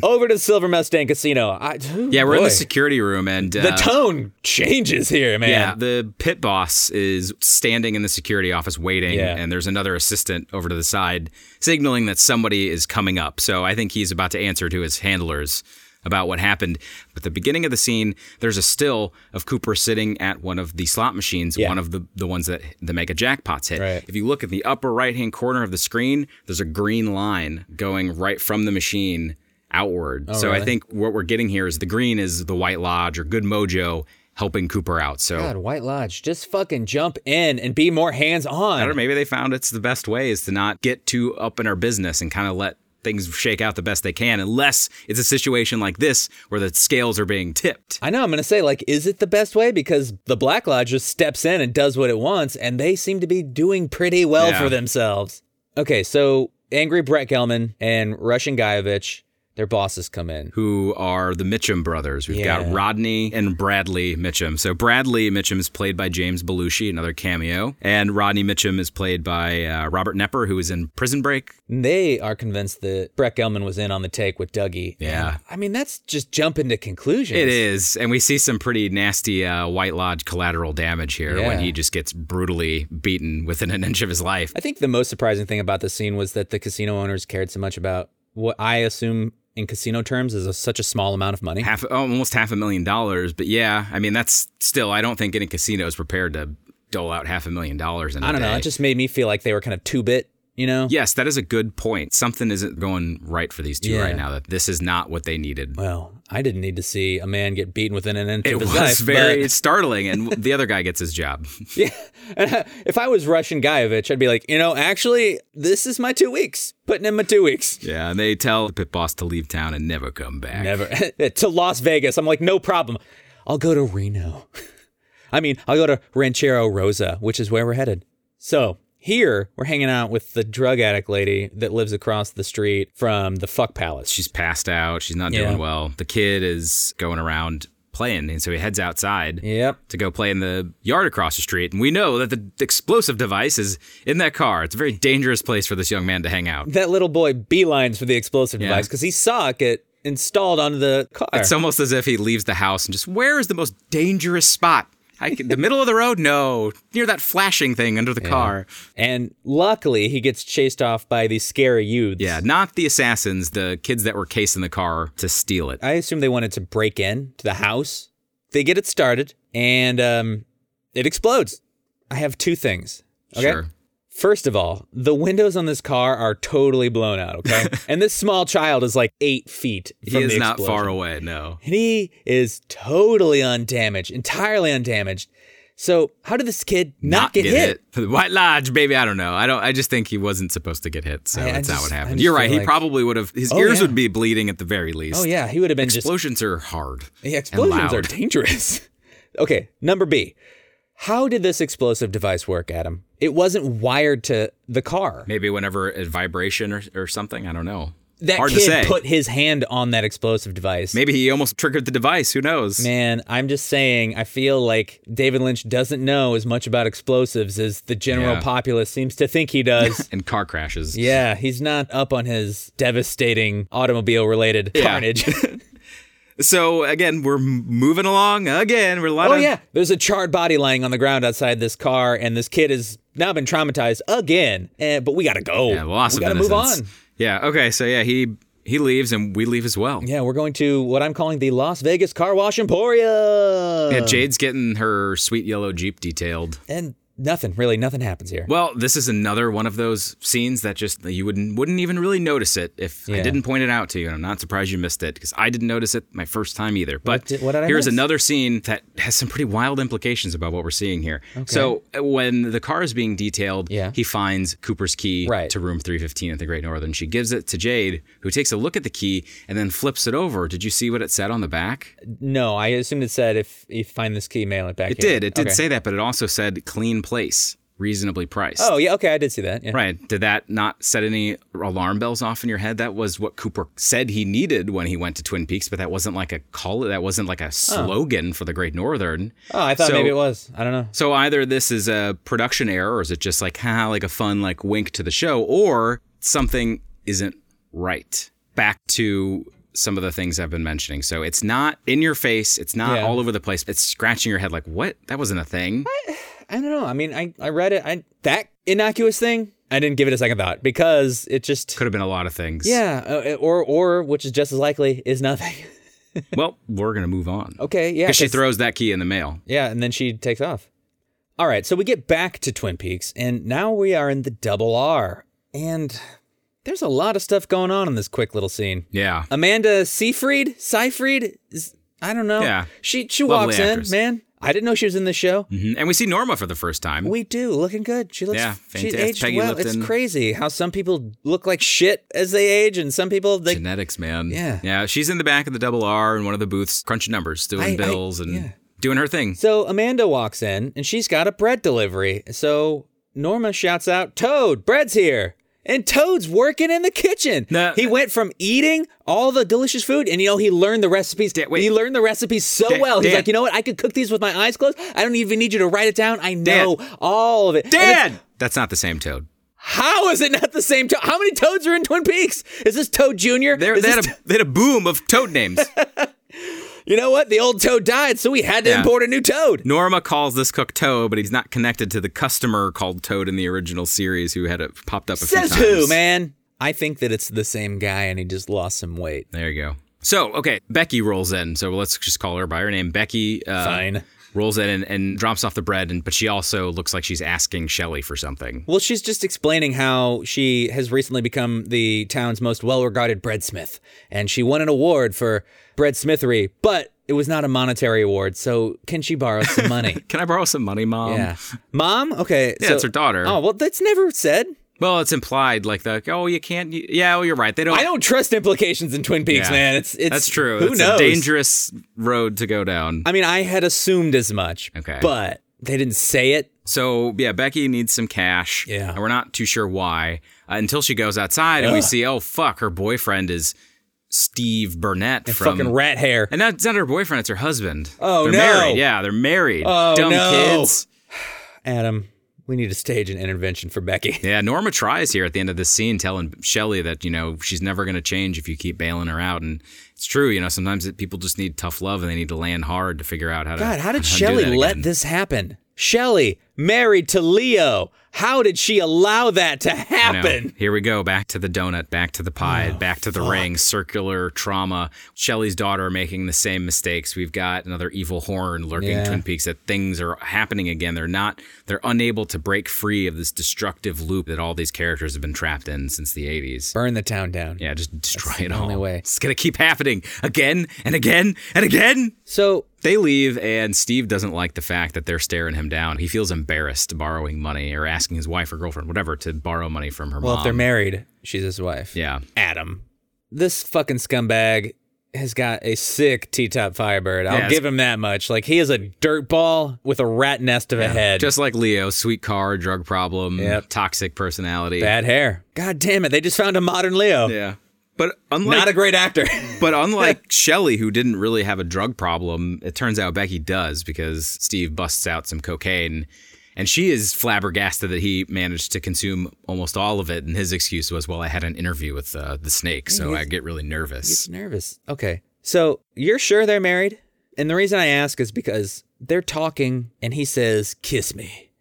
S2: Over to Silver Mustang Casino. I,
S3: Yeah, we're in
S2: boy.
S3: the security room, and uh,
S2: The tone changes here, man.
S3: yeah, the pit boss is standing in the security office waiting,
S2: Yeah.
S3: and there's another assistant over to the side signaling that somebody is coming up. So I think he's about to answer to his handlers about what happened. But the beginning of the scene, there's a still of Cooper sitting at one of the slot machines, one of the, the ones that the mega jackpots hit.
S2: Right.
S3: If you look at the upper right hand corner of the screen, there's a green line going right from the machine outward. so I think what we're getting here is the green is the White Lodge or Good Mojo helping Cooper out. So
S2: God, White Lodge, just fucking jump in and be more hands on.
S3: or maybe they found it's the best way is to not get too up in our business and kind of let things shake out the best they can unless it's a situation like this where the scales are being tipped.
S2: I know. I'm gonna say, like, is it the best way? Because the Black Lodge just steps in and does what it wants, and they seem to be doing pretty well
S3: Yeah.
S2: for themselves. Okay, so angry Brett Gelman and Russian Gaievich, their bosses come in.
S3: who are the Mitchum brothers. We've
S2: Yeah.
S3: got Rodney and Bradley Mitchum. So Bradley Mitchum is played by James Belushi, another cameo, and Rodney Mitchum is played by uh, Robert Nepper, who is in Prison Break.
S2: They are convinced that Brett Gelman was in on the take with Dougie.
S3: Yeah.
S2: I mean, that's just jumping to conclusions.
S3: It is, and we see some pretty nasty uh, White Lodge collateral damage here when
S2: Yeah.
S3: he just gets brutally beaten within an inch of his life.
S2: I think the most surprising thing about this scene was that the casino owners cared so much about what I assume in casino terms is a, such a small amount of money.
S3: Half, oh, almost half a million dollars, but yeah, I mean that's still. I don't think any casino is prepared to dole out half a million dollars in a
S2: I don't know.
S3: day.
S2: It just made me feel like they were kind of two bit, you know?
S3: Yes, that is a good point. Something isn't going right for these two
S2: Yeah.
S3: right now. That this is not what they needed.
S2: Well, I didn't need to see a man get beaten within an inch
S3: It
S2: of his
S3: was
S2: life.
S3: very
S2: but-
S3: startling, and the other guy gets his job.
S2: if I was Russian Gaievich, I'd be like, you know, actually, this is my two weeks. Putting in my two weeks.
S3: Yeah, and they tell the pit boss to leave town and never come back.
S2: Never to Las Vegas. I'm like, no problem. I'll go to Reno. I mean, I'll go to Ranchero Rosa, which is where we're headed. So here we're hanging out with the drug addict lady that lives across the street from the fuck palace.
S3: She's passed out. She's not
S2: Yeah.
S3: doing well. The kid is going around playing, and so he heads outside
S2: yep.
S3: to go play in the yard across the street. And we know that the explosive device is in that car. It's a very dangerous place for this young man to hang out.
S2: That little boy beelines for the explosive
S3: Yeah.
S2: device because he saw it get installed onto the car.
S3: It's almost as if he leaves the house and just where is the most dangerous spot? I can, the middle of the road? No, near that flashing thing under the car.
S2: and luckily, he gets chased off by these scary youths.
S3: Yeah, not the assassins, the kids that were casing the car to steal it.
S2: I assume they wanted to break in to the house. They get it started and um, it explodes. I have two things. Okay.
S3: Sure.
S2: First of all, the windows on this car are totally blown out. Okay. and this small child is like eight feet.
S3: He
S2: from
S3: is
S2: the
S3: not far
S2: explosion.
S3: away, no.
S2: And he is totally undamaged, entirely undamaged. So how did this kid not, get, hit?
S3: hit. White Lodge, baby. I don't know. I don't. I just think he wasn't supposed to get hit, so
S2: I- I
S3: that's not
S2: just-
S3: what
S2: I
S3: happened.
S2: just
S3: You're
S2: feel
S3: right. he
S2: like-
S3: probably would have. His
S2: Oh,
S3: ears
S2: yeah.
S3: would be bleeding at the very least.
S2: Oh yeah, he would have been just
S3: Explosions are hard.
S2: Yeah, explosions
S3: and
S2: are
S3: loud.
S2: dangerous. okay, number B. How did this explosive device work, Adam? It wasn't wired to the car.
S3: Maybe whenever a vibration or, or something. I don't know.
S2: That
S3: hard
S2: kid
S3: to say.
S2: put his hand on that explosive device.
S3: Maybe he almost triggered the device. Who knows?
S2: Man, I'm just saying, I feel like David Lynch doesn't know as much about explosives as the general
S3: Yeah.
S2: populace seems to think he does.
S3: And car crashes.
S2: yeah, he's not up on his devastating automobile related
S3: Yeah.
S2: carnage.
S3: So again, we're m- moving along. Again, we're a lot
S2: Oh
S3: of
S2: yeah, there's a charred body lying on the ground outside this car, and this kid has now been traumatized again. Eh, but we gotta go.
S3: yeah, loss
S2: we
S3: of
S2: gotta
S3: innocence.
S2: move on.
S3: Yeah. Okay. So yeah, he he leaves and we leave as well.
S2: Yeah, we're going to what I'm calling the Las Vegas Car Wash Emporium.
S3: Yeah, Jade's getting her sweet yellow Jeep detailed.
S2: and nothing really, nothing happens here.
S3: Well, this is another one of those scenes that just you wouldn't wouldn't even really notice it if I
S2: Yeah.
S3: didn't point it out to you, and I'm not surprised you missed it because I didn't notice it my first time either. But
S2: did- what did I
S3: here's
S2: miss?
S3: another scene that has some pretty wild implications about what we're seeing here. So uh, when the car is being detailed,
S2: Yeah.
S3: he finds Cooper's key
S2: Right.
S3: to room 315 at the Great Northern. She gives it to Jade, who takes a look at the key and then flips it over. Did you see what it said on the back?
S2: No, I assumed it said if you find this key, mail it back.
S3: It did. It did say that, but it also said clean place, reasonably priced.
S2: Oh yeah, okay, I did see that. Yeah.
S3: Right. Did that not set any alarm bells off in your head? That was what Cooper said he needed when he went to Twin Peaks, but that wasn't like a call. That wasn't like a slogan for the Great Northern.
S2: Oh, I thought
S3: So-
S2: maybe it was. I don't know.
S3: So either this is a production error, or is it just like haha, like a fun like wink to the show, or something isn't right. Back to some of the things I've been mentioning. So it's not in your face. It's not
S2: Yeah.
S3: all over the place. It's scratching your head like, what? That wasn't a thing.
S2: I don't know. I mean, I I read it. I that innocuous thing. I didn't give it a second thought because it just
S3: Could have been a lot of things.
S2: yeah, uh, or or which is just as likely is nothing.
S3: Well, we're gonna move on.
S2: Okay, yeah.
S3: Because she
S2: 'cause-
S3: throws that key in the mail.
S2: Yeah, and then she takes off. All right, so we get back to Twin Peaks, and now we are in the double R. And there's a lot of stuff going on in this quick little scene.
S3: Yeah.
S2: Amanda Seyfried? Seyfried? Is, I don't know.
S3: Yeah.
S2: She, she
S3: Lovely
S2: walks
S3: actress.
S2: in, man. I didn't know she was in this show.
S3: Mhm. And we see Norma for the first time.
S2: We do, looking good. She looks
S3: Yeah,
S2: she's
S3: fantastic.
S2: aged
S3: Peggy
S2: well.
S3: Lipton.
S2: It's crazy how some people look like shit as they age, and some people, they,
S3: Genetics, man.
S2: Yeah.
S3: Yeah. She's in the back of the double R in one of the booths, crunching numbers, doing
S2: I- I-
S3: bills and
S2: yeah.
S3: doing her thing.
S2: So Amanda walks in and she's got a bread delivery. So Norma shouts out, Toad, bread's here. And Toad's working in the kitchen.
S3: No.
S2: he went from eating all the delicious food, and you know, he learned the recipes.
S3: Dan, wait.
S2: he learned the recipes so
S3: Dan,
S2: well. He's
S3: Dan.
S2: like, you know what? I could cook these with my eyes closed. I don't even need you to write it down. I know all of it. And it's-
S3: Dad! That's not the same toad.
S2: How is it not the same Toad? How many Toads are in Twin Peaks? Is this Toad Jr.?
S3: They're,
S2: Is
S3: they, had
S2: this
S3: a, they had a boom of toad names.
S2: you know what? The old Toad died, so we had to
S3: Yeah.
S2: import a new Toad.
S3: Norma calls this cook Toad, but he's not connected to the customer called Toad in the original series who had it popped up a few
S2: Says
S3: times.
S2: who, man? I think that it's the same guy and he just lost some weight.
S3: There you go. So, okay, Becky rolls in. So let's just call her by her name. Becky uh,
S2: Fine.
S3: rolls in and, and drops off the bread, and but she also looks like she's asking Shelly for something.
S2: Well, she's just explaining how she has recently become the town's most well regarded breadsmith, and she won an award for breadsmithery, but it was not a monetary award, so can she borrow some money?
S3: Can I borrow some money, Mom?
S2: yeah. Mom? Okay.
S3: Um, Yeah,
S2: so-
S3: it's her daughter.
S2: Oh, well, that's never said.
S3: Well, it's implied like the oh you can't you, yeah well, you're right they don't
S2: I don't trust implications in Twin Peaks,
S3: Yeah.
S2: man. It's it's
S3: that's true
S2: Who
S3: it's
S2: knows?
S3: a dangerous road to go down
S2: I mean, I had assumed as much.
S3: Okay.
S2: But they didn't say it.
S3: so yeah Becky needs some cash
S2: Yeah.
S3: and we're not too sure why uh, until she goes outside and we see oh fuck her boyfriend is Steve Burnett from
S2: Fucking rat hair.
S3: and that's not her boyfriend it's her husband
S2: Oh,
S3: they're
S2: no.
S3: married yeah they're married
S2: Oh,
S3: dumb
S2: no.
S3: kids
S2: Adam, we need to stage an intervention for Becky.
S3: Yeah, Norma tries here at the end of this scene, telling Shelly that you know she's never going to change if you keep bailing her out, and it's true. You know, sometimes it, people just need tough love, and they need to land hard to figure out how to.
S2: God, how did
S3: undo
S2: Shelly
S3: that
S2: let
S3: again.
S2: this happen? Shelly, married to Leo. How did she allow that to
S3: I know.
S2: happen? Oh,
S3: Here we go. Back to the donut, back to the pie, back to the ring, circular trauma. Shelly's daughter making the same mistakes. We've got another evil horn lurking
S2: Yeah.
S3: Twin Peaks that things are happening again. They're not, they're unable to break free of this destructive loop that all these characters have been trapped in since the 80s.
S2: Burn the town down.
S3: Yeah, just destroy it
S2: the
S3: all.
S2: only way.
S3: It's gonna keep happening again and again and again.
S2: So
S3: They leave, and Steve doesn't like the fact that they're staring him down. He feels embarrassed borrowing money or asking his wife or girlfriend, whatever, to borrow money from her
S2: Well,
S3: mom.
S2: if they're married, she's his wife.
S3: Um, yeah,
S2: Adam. This fucking scumbag has got a sick T top Firebird. I'll
S3: Yeah,
S2: give him that much. Like, he is a dirt ball with a rat nest of a head.
S3: just like Leo, sweet car, drug problem,
S2: Yep.
S3: toxic personality.
S2: bad hair. God damn it. They just found a modern Leo.
S3: Yeah, but unlike
S2: Not a great actor.
S3: but unlike Shelly, who didn't really have a drug problem, it turns out Becky does because Steve busts out some cocaine. And she is flabbergasted that he managed to consume almost all of it. And his excuse was, well, I had an interview with uh, the snake, so I get really nervous.
S2: It's nervous. Okay. So you're sure they're married? And the reason I ask is because they're talking and he says, Kiss me.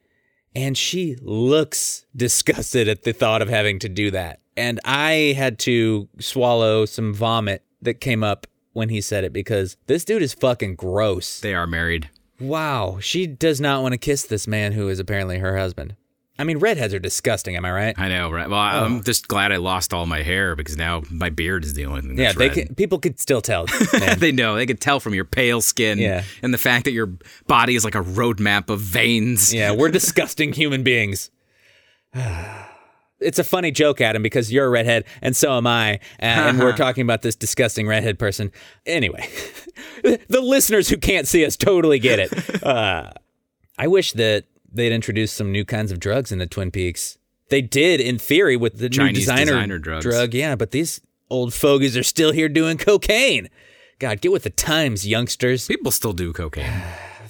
S2: And she looks disgusted at the thought of having to do that. And I had to swallow some vomit that came up when he said it because this dude is fucking gross.
S3: They are married.
S2: Wow. She does not want to kiss this man who is apparently her husband. I mean, redheads are disgusting. Am I right?
S3: I know, right? Well, I-
S2: Oh.
S3: I'm just glad I lost all my hair because now my beard is the only thing.
S2: Yeah,
S3: That's
S2: they
S3: red.
S2: can, people could still tell. man.
S3: they know. They could tell from your pale skin
S2: Yeah.
S3: and the fact that your body is like a roadmap of veins.
S2: Yeah, we're disgusting human beings. It's a funny joke, Adam, because you're a redhead and so am I. a- And we're talking about this disgusting redhead person. Anyway, the listeners who can't see us totally get it. Uh, I wish that they'd introduced some new kinds of drugs into Twin Peaks. They did, in theory, with the new
S3: Chinese
S2: designer,
S3: designer drugs.
S2: drug. Yeah, but these old fogies are still here doing cocaine. God, get with the times, youngsters.
S3: People still do cocaine.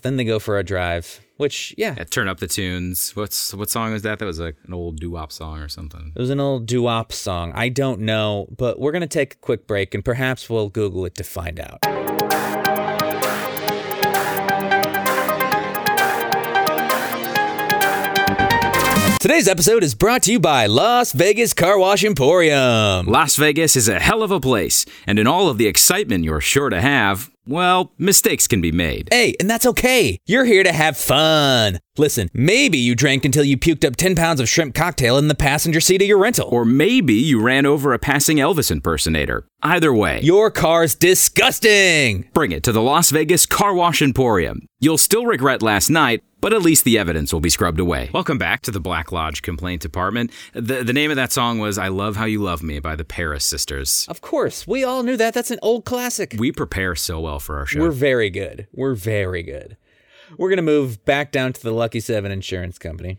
S2: Then they go for a drive, which, yeah,
S3: Yeah, turn up the tunes. What's what song was that? That was like an old doo-wop song or something.
S2: It was an old doo-wop song. I don't know, but we're going to take a quick break and perhaps we'll Google it to find out. Today's episode is brought to you by Las Vegas Car Wash Emporium.
S3: Las Vegas is a hell of a place, and in all of the excitement you're sure to have, well, mistakes can be made.
S2: Hey, and that's okay. You're here to have fun. Listen, maybe you drank until you puked up 10 pounds of shrimp cocktail in the passenger seat of your rental.
S3: Or maybe you ran over a passing Elvis impersonator. Either way, you
S2: your car's disgusting.
S3: bring it to the Las Vegas Car Wash Emporium. You'll still regret last night, but at least the evidence will be scrubbed away. Welcome back to the Black Lodge Complaint Department. The, the name of that song was I Love How You Love Me by the Paris Sisters.
S2: Of course, we all knew that. That's an old classic.
S3: We prepare so well for our show.
S2: We're very good. We're very good. We're going to move back down to the Lucky 7 Insurance Company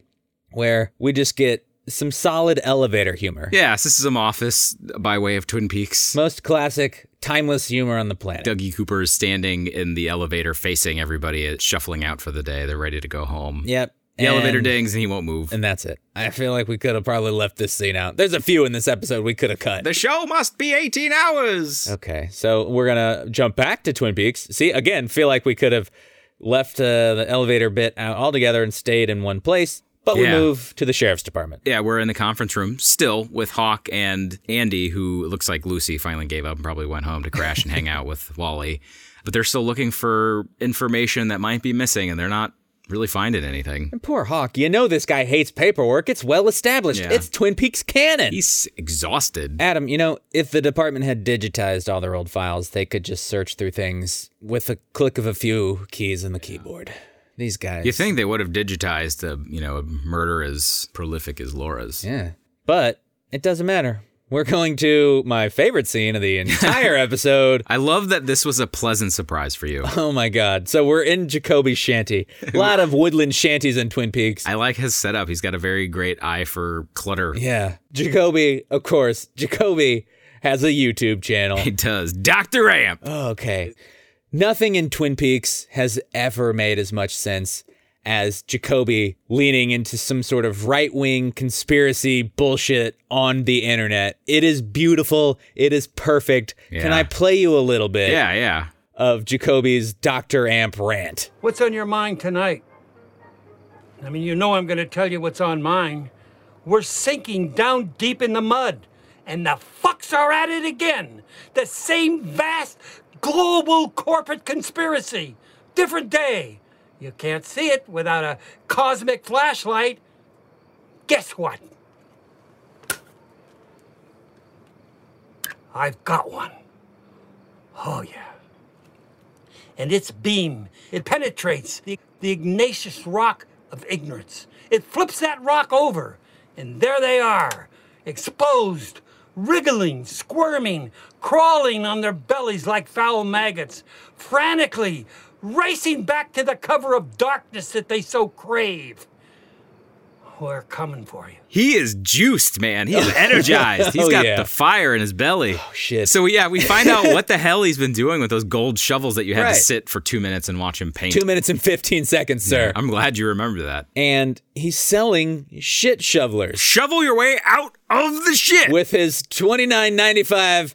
S2: where we just get some solid elevator humor.
S3: Yes, this is some office by way of Twin Peaks.
S2: Most classic, timeless humor on the planet.
S3: Dougie Cooper is standing in the elevator facing everybody, uh, shuffling out for the day. They're ready to go home.
S2: Yep.
S3: The elevator
S2: And-
S3: dings and he won't move.
S2: And that's it. I feel like we could have probably left this scene out. There's a few in this episode we could have cut.
S3: the show must be 18 hours.
S2: Okay, so we're gonna jump back to Twin Peaks. See, again, feel like we could have left uh, the elevator bit out altogether and stayed in one place, but we
S3: Yeah.
S2: move to the sheriff's department.
S3: Yeah, we're in the conference room still with Hawk and Andy, who it looks like Lucy finally gave up and probably went home to crash and hang out with Wally. But they're still looking for information that might be missing and they're not really finding anything.
S2: Poor Hawk, you know this guy hates paperwork. It's well established.
S3: Yeah.
S2: It's Twin Peaks canon.
S3: He's exhausted.
S2: Adam, you know, if the department had digitized all their old files, they could just search through things with a click of a few keys on the keyboard. These guys.
S3: You think they would have digitized a, you know, a murder as prolific as Laura's.
S2: Yeah. But it doesn't matter. We're going to my favorite scene of the entire episode.
S3: I love that this was a pleasant surprise for you.
S2: Oh my God. So we're in Jacoby's shanty. A lot of woodland shanties in Twin Peaks.
S3: I like his setup. He's got a very great eye for clutter.
S2: Yeah. Jacoby, of course, Jacoby has a YouTube channel.
S3: He does. Dr. Amp.
S2: Okay. Nothing in Twin Peaks has ever made as much sense as Jacoby leaning into some sort of right wing conspiracy bullshit on the internet. It is beautiful. It is perfect. Can
S3: Yeah.
S2: I play you a little bit
S3: Yeah, yeah.
S2: of Jacoby's Dr. Amp rant?
S6: What's on your mind tonight? I mean, you know I'm going to tell you what's on mine. We're sinking down deep in the mud, and the fucks are at it again. The same vast global corporate conspiracy. Different day. You can't see it without a cosmic flashlight. Guess what? I've got one. Oh, yeah and its beam it penetrates the, the igneous rock of ignorance it flips that rock over and there they are exposed wriggling squirming crawling on their bellies like foul maggots frantically racing back to the cover of darkness that they so crave we're coming for you
S3: He is juiced, man. He is energized. He's
S2: Oh,
S3: got
S2: yeah.
S3: the fire in his belly. Oh,
S2: shit.
S3: So, yeah, we find out what the hell he's been doing with those gold shovels that you had
S2: Right.
S3: to sit for two minutes and watch him paint.
S2: Two minutes and 15 seconds, sir.
S3: I'm glad you remember that.
S2: and he's selling shit shovelers
S3: Shovel your way out of the shit.
S2: with his twenty nine ninety five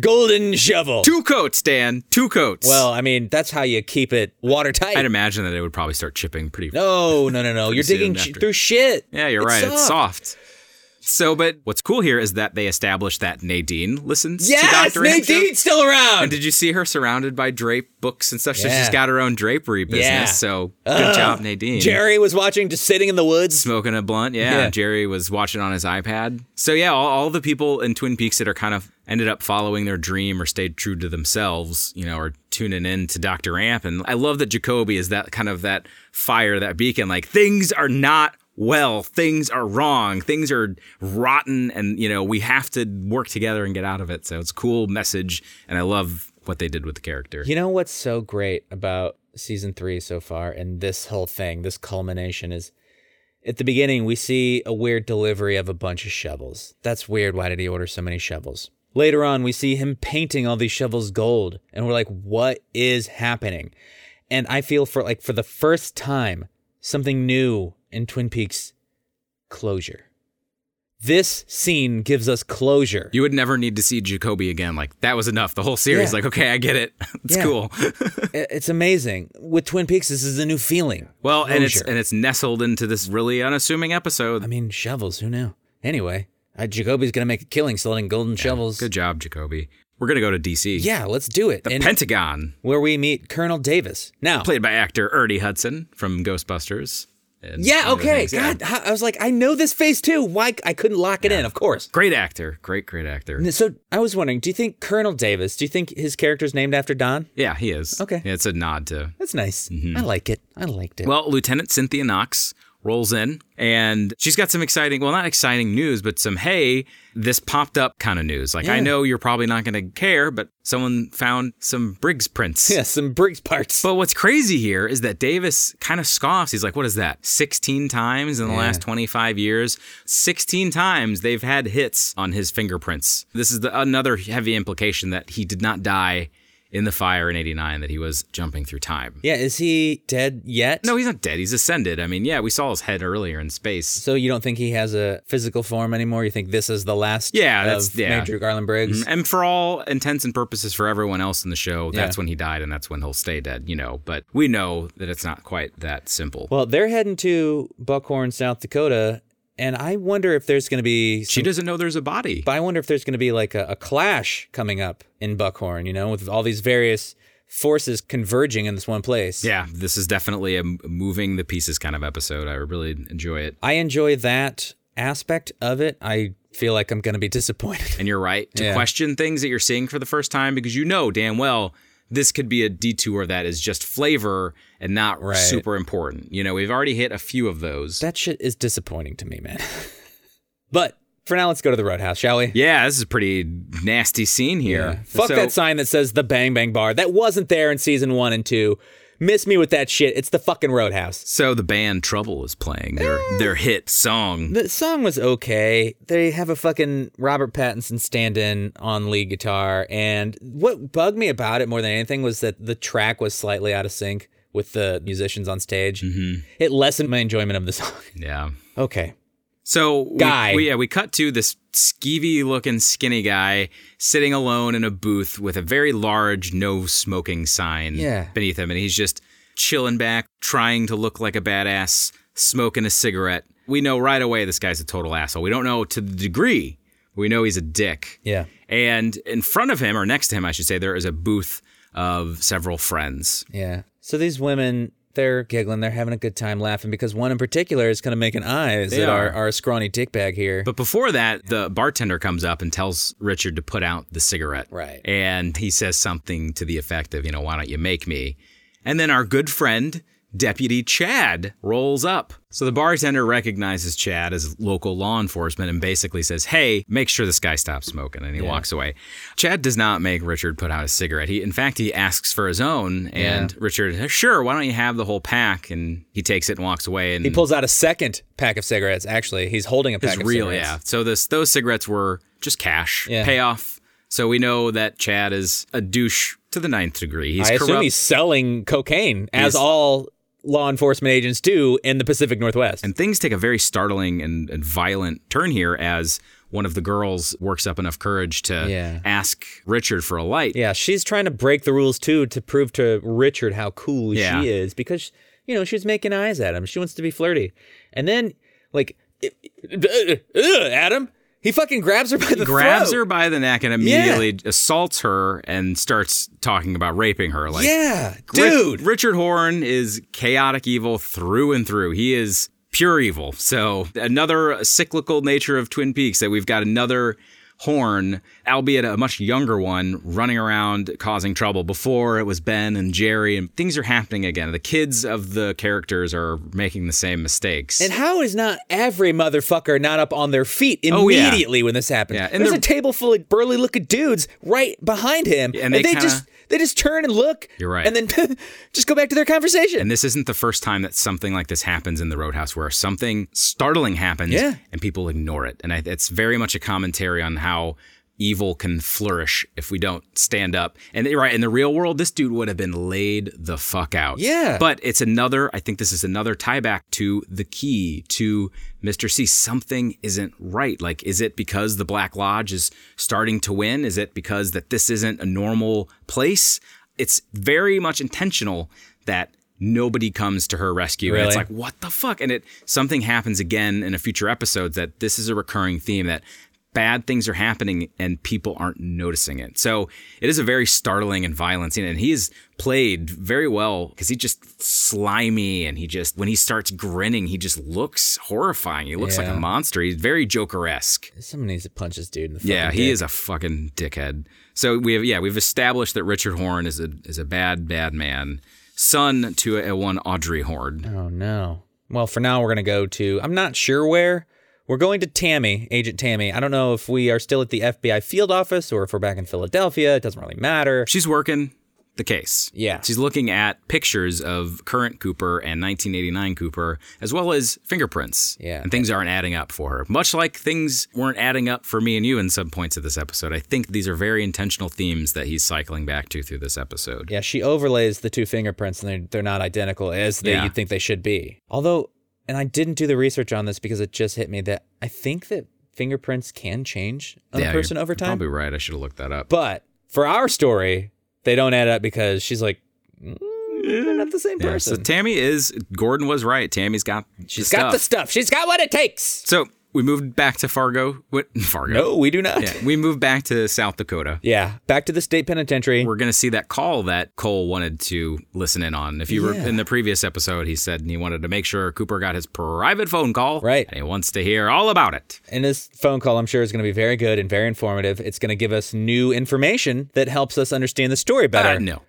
S2: golden shovel.
S3: two coats, Dan. Two coats.
S2: Well, I mean, that's how you keep it watertight.
S3: I'd imagine that it would probably start chipping pretty.
S2: No, no, no, no. You're
S3: soon
S2: digging sh-
S3: after.
S2: through shit.
S3: Yeah, you're right. It's soft. So, but what's cool here is that they established that Nadine listens
S2: Yes,
S3: to Dr. Amp.
S2: Nadine's still around.
S3: And did you see her surrounded by drape books and stuff? So
S2: Yeah.
S3: she's got her own drapery business.
S2: Yeah.
S3: So good job, Nadine.
S2: Jerry was watching, just sitting in the woods.
S3: Smoking a blunt. Yeah.
S2: Yeah.
S3: Jerry was watching on his iPad. So, yeah, all, all the people in Twin Peaks that are kind of ended up following their dream or stayed true to themselves, you know, are tuning in to Dr. Amp. And I love that Jacoby is that kind of that fire, that beacon. Like things are not well, things are wrong, things are rotten. And, you know, we have to work together and get out of it. So it's a cool message. And I love what they did with the character.
S2: You know what's so great about season three so far and this whole thing, this culmination is at the beginning, we see a weird delivery of a bunch of shovels. That's weird. Why did he order so many shovels? Later on, we see him painting all these shovels gold, and we're like, what is happening? And I feel for like for the first time, something new in Twin Peaks closure. This scene gives us closure.
S3: You would never need to see Jacoby again. Like that was enough. The whole series.
S2: Yeah.
S3: Like okay, I get it. It's
S2: Yeah.
S3: cool.
S2: I- It's amazing. With Twin Peaks, this is a new feeling.
S3: Well, and it's
S2: Closure.
S3: and it's nestled into this really unassuming episode.
S2: I mean, shovels, who knew? Anyway, uh, Jacoby's going to make a killing selling golden shovels.
S3: Good job, Jacoby. We're gonna go to DC.
S2: Yeah, let's do it.
S3: the
S2: And
S3: Pentagon,
S2: where we meet Colonel Davis. Now,
S3: played by actor Ernie Hudson from Ghostbusters. and
S2: yeah,
S3: other
S2: okay.
S3: things. Yeah.
S2: God, I I was like, I know this face too. Why? I couldn't lock it in, of course.
S3: Great actor. Great, great actor.
S2: So I was wondering, do you think Colonel Davis, do you think his character's named after Don?
S3: Yeah, he is.
S2: Okay.
S3: Yeah, it's a nod to
S2: That's nice. I like it. I liked it.
S3: Mm-hmm. Well, Lieutenant Cynthia Knox rolls in and she's got some exciting, well, not exciting news, but some, hey, this popped up kind of news. Like, I know you're probably not going to care, but someone found some Briggs prints.
S2: yeah, some Briggs parts.
S3: But what's crazy here is that Davis kind of scoffs. He's like, what is that? 16 times in the last 25 years? 16 times they've had hits on his fingerprints. This is the, another heavy implication that he did not die in the fire in 89, that he was jumping through time.
S2: yeah, is he dead yet?
S3: No, he's not dead. He's ascended. I mean, yeah, we saw his head earlier in space.
S2: So you don't think he has a physical form anymore? You think this is the last
S3: Yeah, that's-
S2: of
S3: yeah. Mm-hmm.
S2: Major Garland Briggs?
S3: And for all intents and purposes, for everyone else in the show, that's
S2: Yeah.
S3: when he died and that's when he'll stay dead, you know. But we know that it's not quite that simple.
S2: Well, they're heading to Buckhorn, South Dakota, and I wonder if there's going to be.
S3: she doesn't know there's a body.
S2: But I wonder if there's going to be like a, a clash coming up in Buckhorn. You know, with all these various forces converging in this one place.
S3: yeah, this is definitely a m- moving the pieces kind of episode. I really enjoy it.
S2: I enjoy that aspect of it. I feel like I'm going to be disappointed.
S3: And you're right to
S2: Yeah.
S3: question things that you're seeing for the first time because you know damn well this could be a detour that is just flavor and not
S2: Right.
S3: super important. You know, we've already hit a few of those.
S2: that shit is disappointing to me, man. but For now, let's go to the Roadhouse, shall we?
S3: Yeah, this is a pretty nasty scene here.
S2: Fuck
S3: So-
S2: that sign that says the Bang Bang Bar. That wasn't there in season one and two. Miss me with that shit. It's the fucking Roadhouse.
S3: So the band Trouble is playing their
S2: Ah.
S3: their hit song.
S2: The song was okay. They have a fucking Robert Pattinson stand in on lead guitar. And what bugged me about it more than anything was that the track was slightly out of sync with the musicians on stage.
S3: Mm-hmm.
S2: It lessened my enjoyment of the song.
S3: Yeah.
S2: okay.
S3: So we-
S2: Guy.
S3: we- yeah, we cut to this skeevy looking skinny guy sitting alone in a booth with a very large no smoking sign
S2: Yeah.
S3: beneath him, and he's just chilling back, trying to look like a badass, smoking a cigarette. We know right away this guy's a total asshole. We don't know to the degree. but We know he's a dick.
S2: Yeah.
S3: And in front of him, or next to him, I should say, there is a booth of several friends.
S2: Yeah. So these women, they're giggling, they're having a good time laughing because one in particular is kind of making eyes
S3: They
S2: at our,
S3: are.
S2: our scrawny dickbag here.
S3: But before that, the bartender comes up and tells Richard to put out the cigarette.
S2: Right.
S3: And he says something to the effect of, you know, why don't you make me? And then our good friend, Deputy Chad, rolls up. So the bartender recognizes Chad as local law enforcement and basically says, hey, make sure this guy stops smoking. And he walks away. Chad does not make Richard put out a cigarette. He, in fact, he asks for his own. And Richard, sure, why don't you have the whole pack? And he takes it and walks away. And
S2: He pulls out a second pack of cigarettes. Actually, he's holding a pack
S3: It's
S2: of
S3: real,
S2: cigarettes.
S3: yeah. So this those cigarettes were just cash
S2: Yeah.
S3: payoff. So we know that Chad is a douche to the ninth degree. He's
S2: I assume
S3: corrupt
S2: he's selling cocaine, as all law enforcement agents do in the Pacific Northwest.
S3: And things take a very startling and, and violent turn here as one of the girls works up enough courage to
S2: Yeah.
S3: ask Richard for a light.
S2: yeah, she's trying to break the rules too to prove to Richard how cool
S3: Yeah.
S2: she is because you know she's making eyes at him. She wants to be flirty, and then like, Adam, he fucking grabs her by the
S3: Grabs
S2: throat.
S3: her by the neck and immediately assaults her and starts talking about raping her. Like,
S2: Yeah,
S3: Rich-
S2: dude.
S3: Richard Horn is chaotic evil through and through. He is pure evil. So, another cyclical nature of Twin Peaks that we've got another Horn, albeit a much younger one, running around causing trouble. Before it was Ben and Jerry, and things are happening again. The kids of the characters are making the same mistakes.
S2: And how is not every motherfucker not up on their feet
S3: Oh, yeah.
S2: immediately when this happens?
S3: Yeah, and
S2: There's
S3: they're-
S2: a table full of burly looking dudes right behind him,
S3: and they kinda-
S2: just they just turn and look.
S3: You're right.
S2: and then just go back to their conversation.
S3: And this isn't the first time that something like this happens in the Roadhouse, where something startling happens
S2: Yeah.
S3: and people ignore it. And I, it's very much a commentary on how evil can flourish if we don't stand up. And you're right, in the real world, this dude would have been laid the fuck out.
S2: Yeah.
S3: But it's another, I think this is another tie back to the key to Mr. C. Something isn't right. Like, is it because the Black Lodge is starting to win? Is it because that this isn't a normal place? It's very much intentional that nobody comes to her rescue. And it's
S2: Really?
S3: like, what the fuck? And it something happens again in a future episode that this is a recurring theme that bad things are happening and people aren't noticing it. So it is a very startling and violent scene. And he is played very well because he just slimy and he just when he starts grinning, he just looks horrifying. He looks like
S2: Yeah.
S3: a monster. He's very Joker esque.
S2: Someone needs to punch this dude in the fucking
S3: Yeah, he
S2: dick.
S3: is a fucking dickhead. So we have yeah, we've established that Richard Horn is a is a bad, bad man. Son to a, a one Audrey Horn.
S2: Oh no. Well, for now we're gonna go to I'm not sure where. We're going to Tammy, Agent Tammy. I don't know if we are still at the FBI field office or if we're back in Philadelphia. It doesn't really matter.
S3: She's working the case.
S2: Yeah.
S3: She's looking at pictures of current Cooper and 1989 Cooper, as well as fingerprints.
S2: Yeah.
S3: And things aren't adding up for her. Much like things weren't adding up for me and you in some points of this episode. I think these are very intentional themes that he's cycling back to through this episode.
S2: Yeah, she overlays the two fingerprints and they're, they're not identical as they,
S3: Yeah.
S2: you'd think they should be. Although, and I didn't do the research on this because it just hit me that I think that fingerprints can change on
S3: Yeah,
S2: a
S3: you're
S2: person over time.
S3: Probably right. I should have looked that up.
S2: But for our story, they don't add up because she's like, "Mm, they're not the same
S3: Yeah, so
S2: person.
S3: Tammy is Gordon was right. Tammy's got
S2: She's
S3: the
S2: got the
S3: stuff.
S2: stuff. She's got what it takes.
S3: So we moved back to Fargo. What Fargo?
S2: No, we do not.
S3: Yeah, we moved back to South Dakota.
S2: Yeah, back to the state penitentiary.
S3: We're gonna see that call that Cole wanted to listen in on. If you were in the previous episode, he said he wanted to make sure Cooper got his private phone call.
S2: Right.
S3: And he wants to hear all about it.
S2: And this phone call, I'm sure, is going to be very good and very informative. It's going to give us new information that helps us understand the story better.
S3: Uh, no.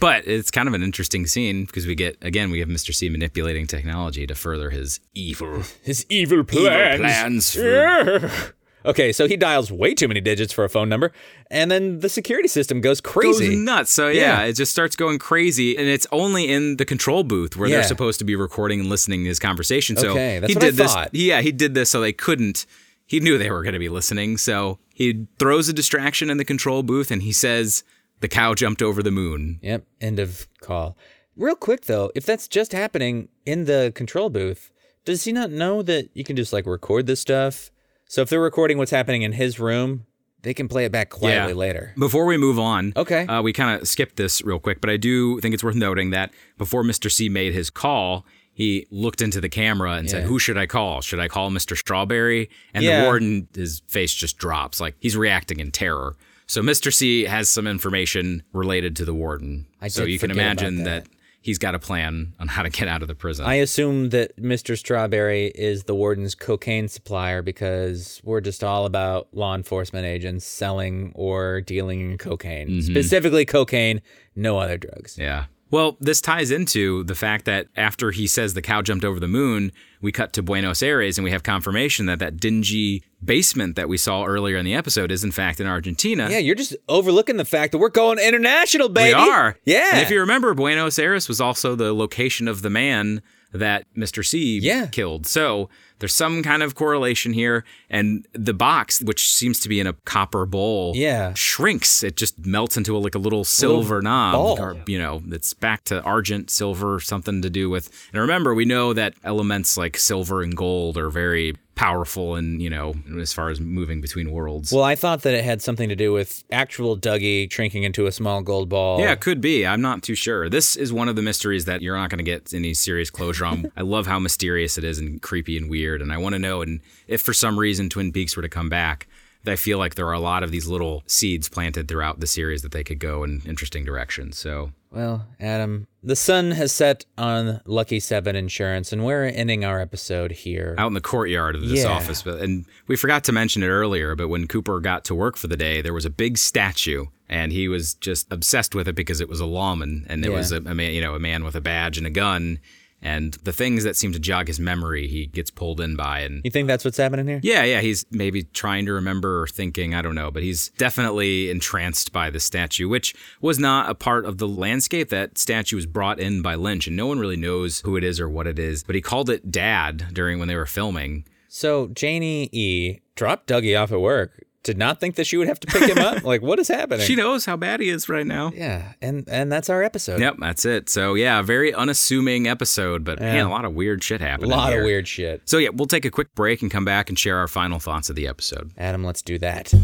S3: But it's kind of an interesting scene because we get again we have Mr. C manipulating technology to further his evil
S2: His evil plans.
S3: plans for-
S2: Urgh. Okay, so he dials way too many digits for a phone number, and then the security system goes crazy.
S3: goes nuts. So yeah,
S2: Yeah.
S3: it just starts going crazy, and it's only in the control booth where
S2: Yeah.
S3: they're supposed to be recording and listening to his conversation. So
S2: Okay, that's
S3: he
S2: what I
S3: did this.
S2: thought.
S3: Yeah, he did this so they couldn't. He knew they were going to be listening, so he throws a distraction in the control booth, and he says, "The cow jumped over the moon."
S2: Yep. End of call. Real quick though, if that's just happening in the control booth, does he not know that you can just like record this stuff? So if they're recording what's happening in his room, they can play it back quietly later.
S3: Before we move on,
S2: Okay.
S3: uh, we kind of skipped this real quick, but I do think it's worth noting that before Mr. C made his call, he looked into the camera and said, "Who should I call? Should I call Mr. Strawberry?" And
S2: Yeah.
S3: the warden, his face just drops, like he's reacting in terror. So Mr. C has some information related to the warden,
S2: I
S3: so
S2: did
S3: you can
S2: forget about
S3: imagine
S2: that.
S3: that. he's got a plan on how to get out of the prison.
S2: I assume that Mr. Strawberry is the warden's cocaine supplier because we're just all about law enforcement agents selling or dealing in cocaine, specifically cocaine, no other drugs.
S3: Mm-hmm. Yeah. Well, this ties into the fact that after he says the cow jumped over the moon, we cut to Buenos Aires and we have confirmation that that dingy basement that we saw earlier in the episode is in fact in Argentina.
S2: Yeah, you're just overlooking the fact that we're going international,
S3: we
S2: baby.
S3: are.
S2: Yeah.
S3: And if you remember, Buenos Aires was also the location of the man that Mr. C
S2: Yeah.
S3: killed. So there's some kind of correlation here. And the box, which seems to be in a copper bowl,
S2: Yeah.
S3: shrinks. It just melts into a, like a little silver knob,
S2: ball.
S3: or, you know, that's back to argent silver, something to do with. And remember, we know that elements like silver and gold are very powerful, and you know, as far as moving between worlds.
S2: Well, I thought that it had something to do with actual Dougie shrinking into a small gold ball.
S3: Yeah, it could be. I'm not too sure. This is one of the mysteries that you're not going to get any serious closure on. I love how mysterious it is and creepy and weird. And I want to know. And if for some reason Twin Peaks were to come back, I feel like there are a lot of these little seeds planted throughout the series that they could go in interesting directions. So
S2: Well, Adam, the sun has set on Lucky Seven Insurance, and we're ending our episode here.
S3: out in the courtyard of this
S2: Yeah.
S3: office, but and we forgot to mention it earlier. But when Cooper got to work for the day, there was a big statue. And he was just obsessed with it because it was a lawman, and it
S2: Yeah.
S3: was a, a man, you know, a man with a badge and a gun, and the things that seem to jog his memory, he gets pulled in by, and
S2: You think that's what's happening here?
S3: yeah, yeah, he's maybe trying to remember or thinking, I don't know, but he's definitely entranced by the statue, which was not a part of the landscape. That statue was brought in by Lynch, and no one really knows who it is or what it is. But he called it Dad during when they were filming,
S2: So Janie E dropped Dougie off at work. Did not think that she would have to pick him up. Like, what is happening?
S3: She knows how bad he is right now.
S2: yeah, and and that's our episode.
S3: Yep, that's it. So yeah, a very unassuming episode, but man, a lot of weird shit
S2: A
S3: happened.
S2: lot
S3: here.
S2: of weird shit.
S3: So yeah, we'll take a quick break and come back and share our final thoughts of the episode.
S2: Adam, let's do that.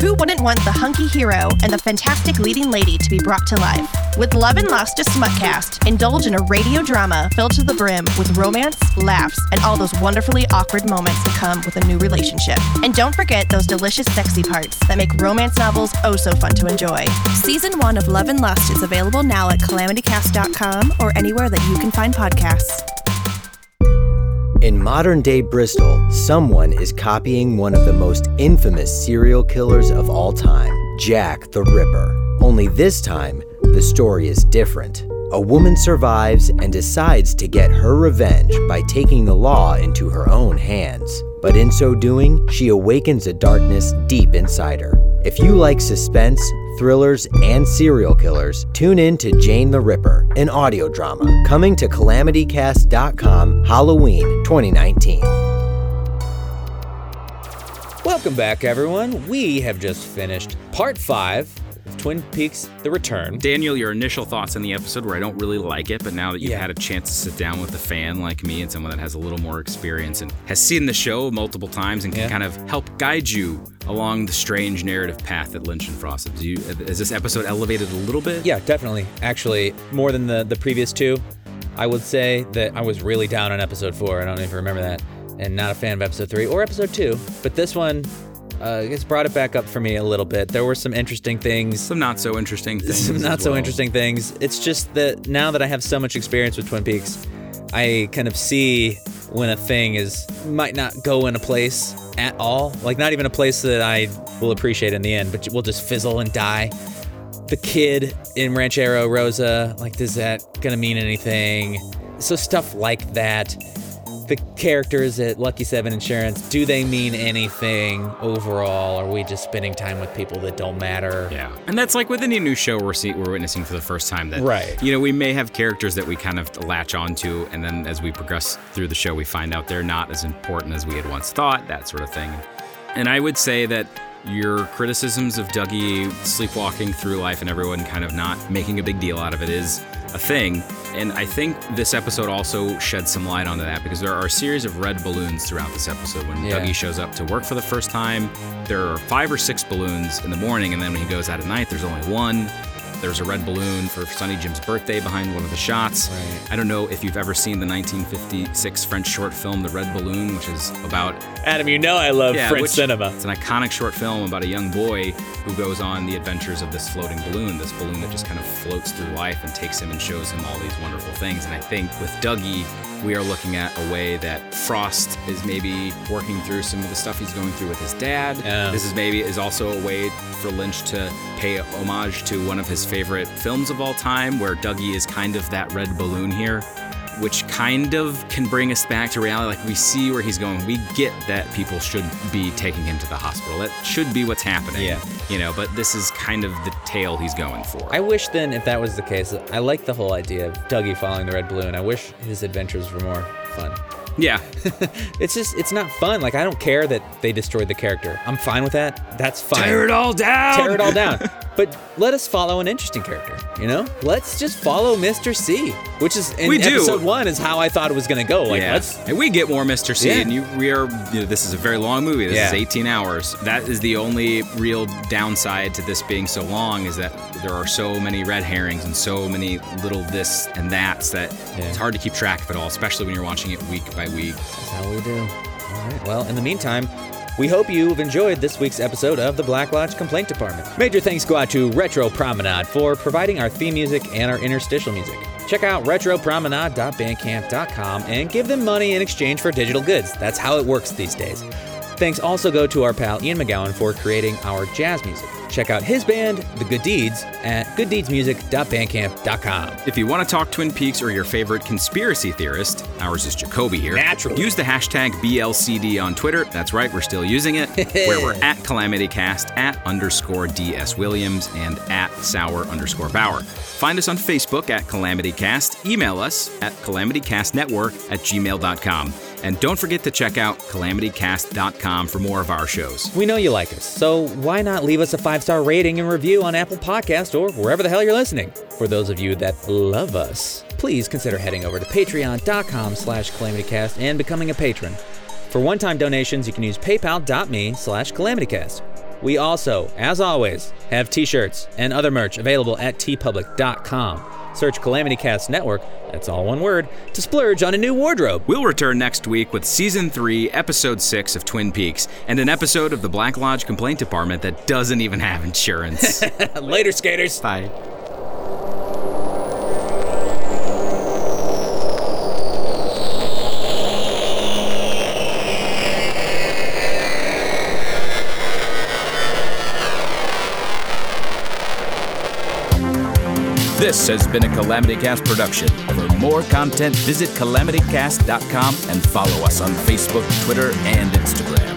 S7: Who wouldn't want the hunky hero and the fantastic leading lady to be brought to life? With Love and Lost a Smutcast, indulge in a radio drama filled to the brim with romance, laughs, and all those wonderfully awkward moments that come with a new relationship. And don't forget those delicious sexy parts that make romance novels oh so fun to enjoy. Season 1 of Love and Lost is available now at calamitycast.com or anywhere that you can find podcasts.
S8: In modern day Bristol, someone is copying one of the most infamous serial killers of all time, Jack the Ripper. Only this time, the story is different. A woman survives and decides to get her revenge by taking the law into her own hands. But in so doing, she awakens a darkness deep inside her. If you like suspense, thrillers, and serial killers, tune in to Jane the Ripper, an audio drama coming to calamitycast.com Halloween 2019.
S2: Welcome back, everyone. We have just finished part five of Twin Peaks The Return.
S3: Daniel, your initial thoughts on the episode where I don't really like it, but now that you've
S2: Yeah.
S3: had a chance to sit down with a fan like me and someone that has a little more experience and has seen the show multiple times and can
S2: Yeah.
S3: kind of help guide you along the strange narrative path that Lynch and Frost have. Do you, uh, is this episode elevated a little bit?
S2: Yeah, definitely. Actually, more than the, the previous two, I would say that I was really down on episode four. I don't even remember that. And not a fan of episode three or episode two. But this one, uh, I guess, brought it back up for me a little bit. There were some interesting things,
S3: Some not so interesting things.
S2: some
S3: as
S2: not so
S3: well.
S2: interesting things. It's just that now that I have so much experience with Twin Peaks, I kind of see when a thing is might not go in a place at all, like not even a place that I will appreciate in the end, but will just fizzle and die. The kid in Ranchero Rosa, like, does that gonna mean anything? So stuff like that. The characters at Lucky Seven Insurance, do they mean anything overall? Are we just spending time with people that don't matter?
S3: Yeah, and that's like with any new show we're see, we're witnessing for the first time that
S2: Right.
S3: You know, we may have characters that we kind of latch onto, and then as we progress through the show, we find out they're not as important as we had once thought, that sort of thing. And I would say that your criticisms of Dougie sleepwalking through life and everyone kind of not making a big deal out of it is a thing. And I think this episode also sheds some light onto that because there are a series of red balloons throughout this episode. When
S2: Yeah.
S3: Dougie shows up to work for the first time, there are five or six balloons in the morning, and then when he goes out at night, there's only one. There's a red balloon for Sonny Jim's birthday behind one of the shots. I don't know if you've ever seen the 1956 French short film The Red Balloon, which is about
S2: Adam, you know I love French
S3: which-
S2: cinema.
S3: It's an iconic short film about a young boy who goes on the adventures of this floating balloon, this balloon that just kind of floats through life and takes him and shows him all these wonderful things. And I think with Dougie, we are looking at a way that Frost is maybe working through some of the stuff he's going through with his dad.
S2: Yeah.
S3: This is maybe is also a way for Lynch to pay homage to one of his favorite films of all time, where Dougie is kind of that red balloon here which kind of can bring us back to reality. Like we see where he's going. We get that people should be taking him to the hospital. That should be what's happening.
S2: Yeah.
S3: You know, but this is kind of the tale he's going for.
S2: I wish then, if that was the case, I like the whole idea of Dougie following the red balloon. I wish his adventures were more fun.
S3: yeah.
S2: It's just, it's not fun. Like, I don't care that they destroyed the character. I'm fine with that. That's fine.
S3: Tear it all down.
S2: Tear it all down. but let us follow an interesting character, you know? Let's just follow Mr. C, which is, in
S3: We do.
S2: episode one, is how I thought it was going to go. Like,
S3: yeah.
S2: let's,
S3: and we get more Mr. C,
S2: Yeah.
S3: and you, we are. You know, this is a very long movie. This
S2: Yeah.
S3: is 18 hours. That is the only real downside to this being so long is that there are so many red herrings and so many little this and that's that
S2: Yeah.
S3: it's hard to keep track of it all, especially when you're watching it week by week.
S2: That's how we do. All right. Well, in the meantime, we hope you've enjoyed this week's episode of the Black Lodge Complaint Department. Major thanks go out to Retro Promenade for providing our theme music and our interstitial music. Check out retropromenade.bandcamp.com and give them money in exchange for digital goods. That's how it works these days. Thanks also go to our pal Ian McGowan for creating our jazz music. Check out his band, The Good Deeds, at gooddeedsmusic.bandcamp.com.
S3: If you want to talk Twin Peaks or your favorite conspiracy theorist, ours is Jacoby here.
S2: Naturally.
S3: Use the hashtag BLCD on Twitter. That's right, we're still using it. where we're at CalamityCast, at underscore DS Williams, and at Sour underscore Bauer. Find us on Facebook at CalamityCast. Email us at CalamityCastNetwork at gmail.com. And don't forget to check out CalamityCast.com for more of our shows.
S2: We know you like us, so why not leave us a five star rating and review on Apple Podcast or wherever the hell you're listening? For those of you that love us, please consider heading over to patreon.com slash calamitycast and becoming a patron. For one time donations, you can use paypal.me slash calamitycast. We also, as always, have t shirts and other merch available at tpublic.com. Search Calamity Cast Network, that's all one word, to splurge on a new wardrobe.
S3: We'll return next week with season three, episode six of Twin Peaks, and an episode of the Black Lodge Complaint Department that doesn't even have insurance.
S2: Later, skaters!
S3: Bye. This has been a Calamity Cast production. For more content, visit calamitycast.com and follow us on Facebook, Twitter, and Instagram.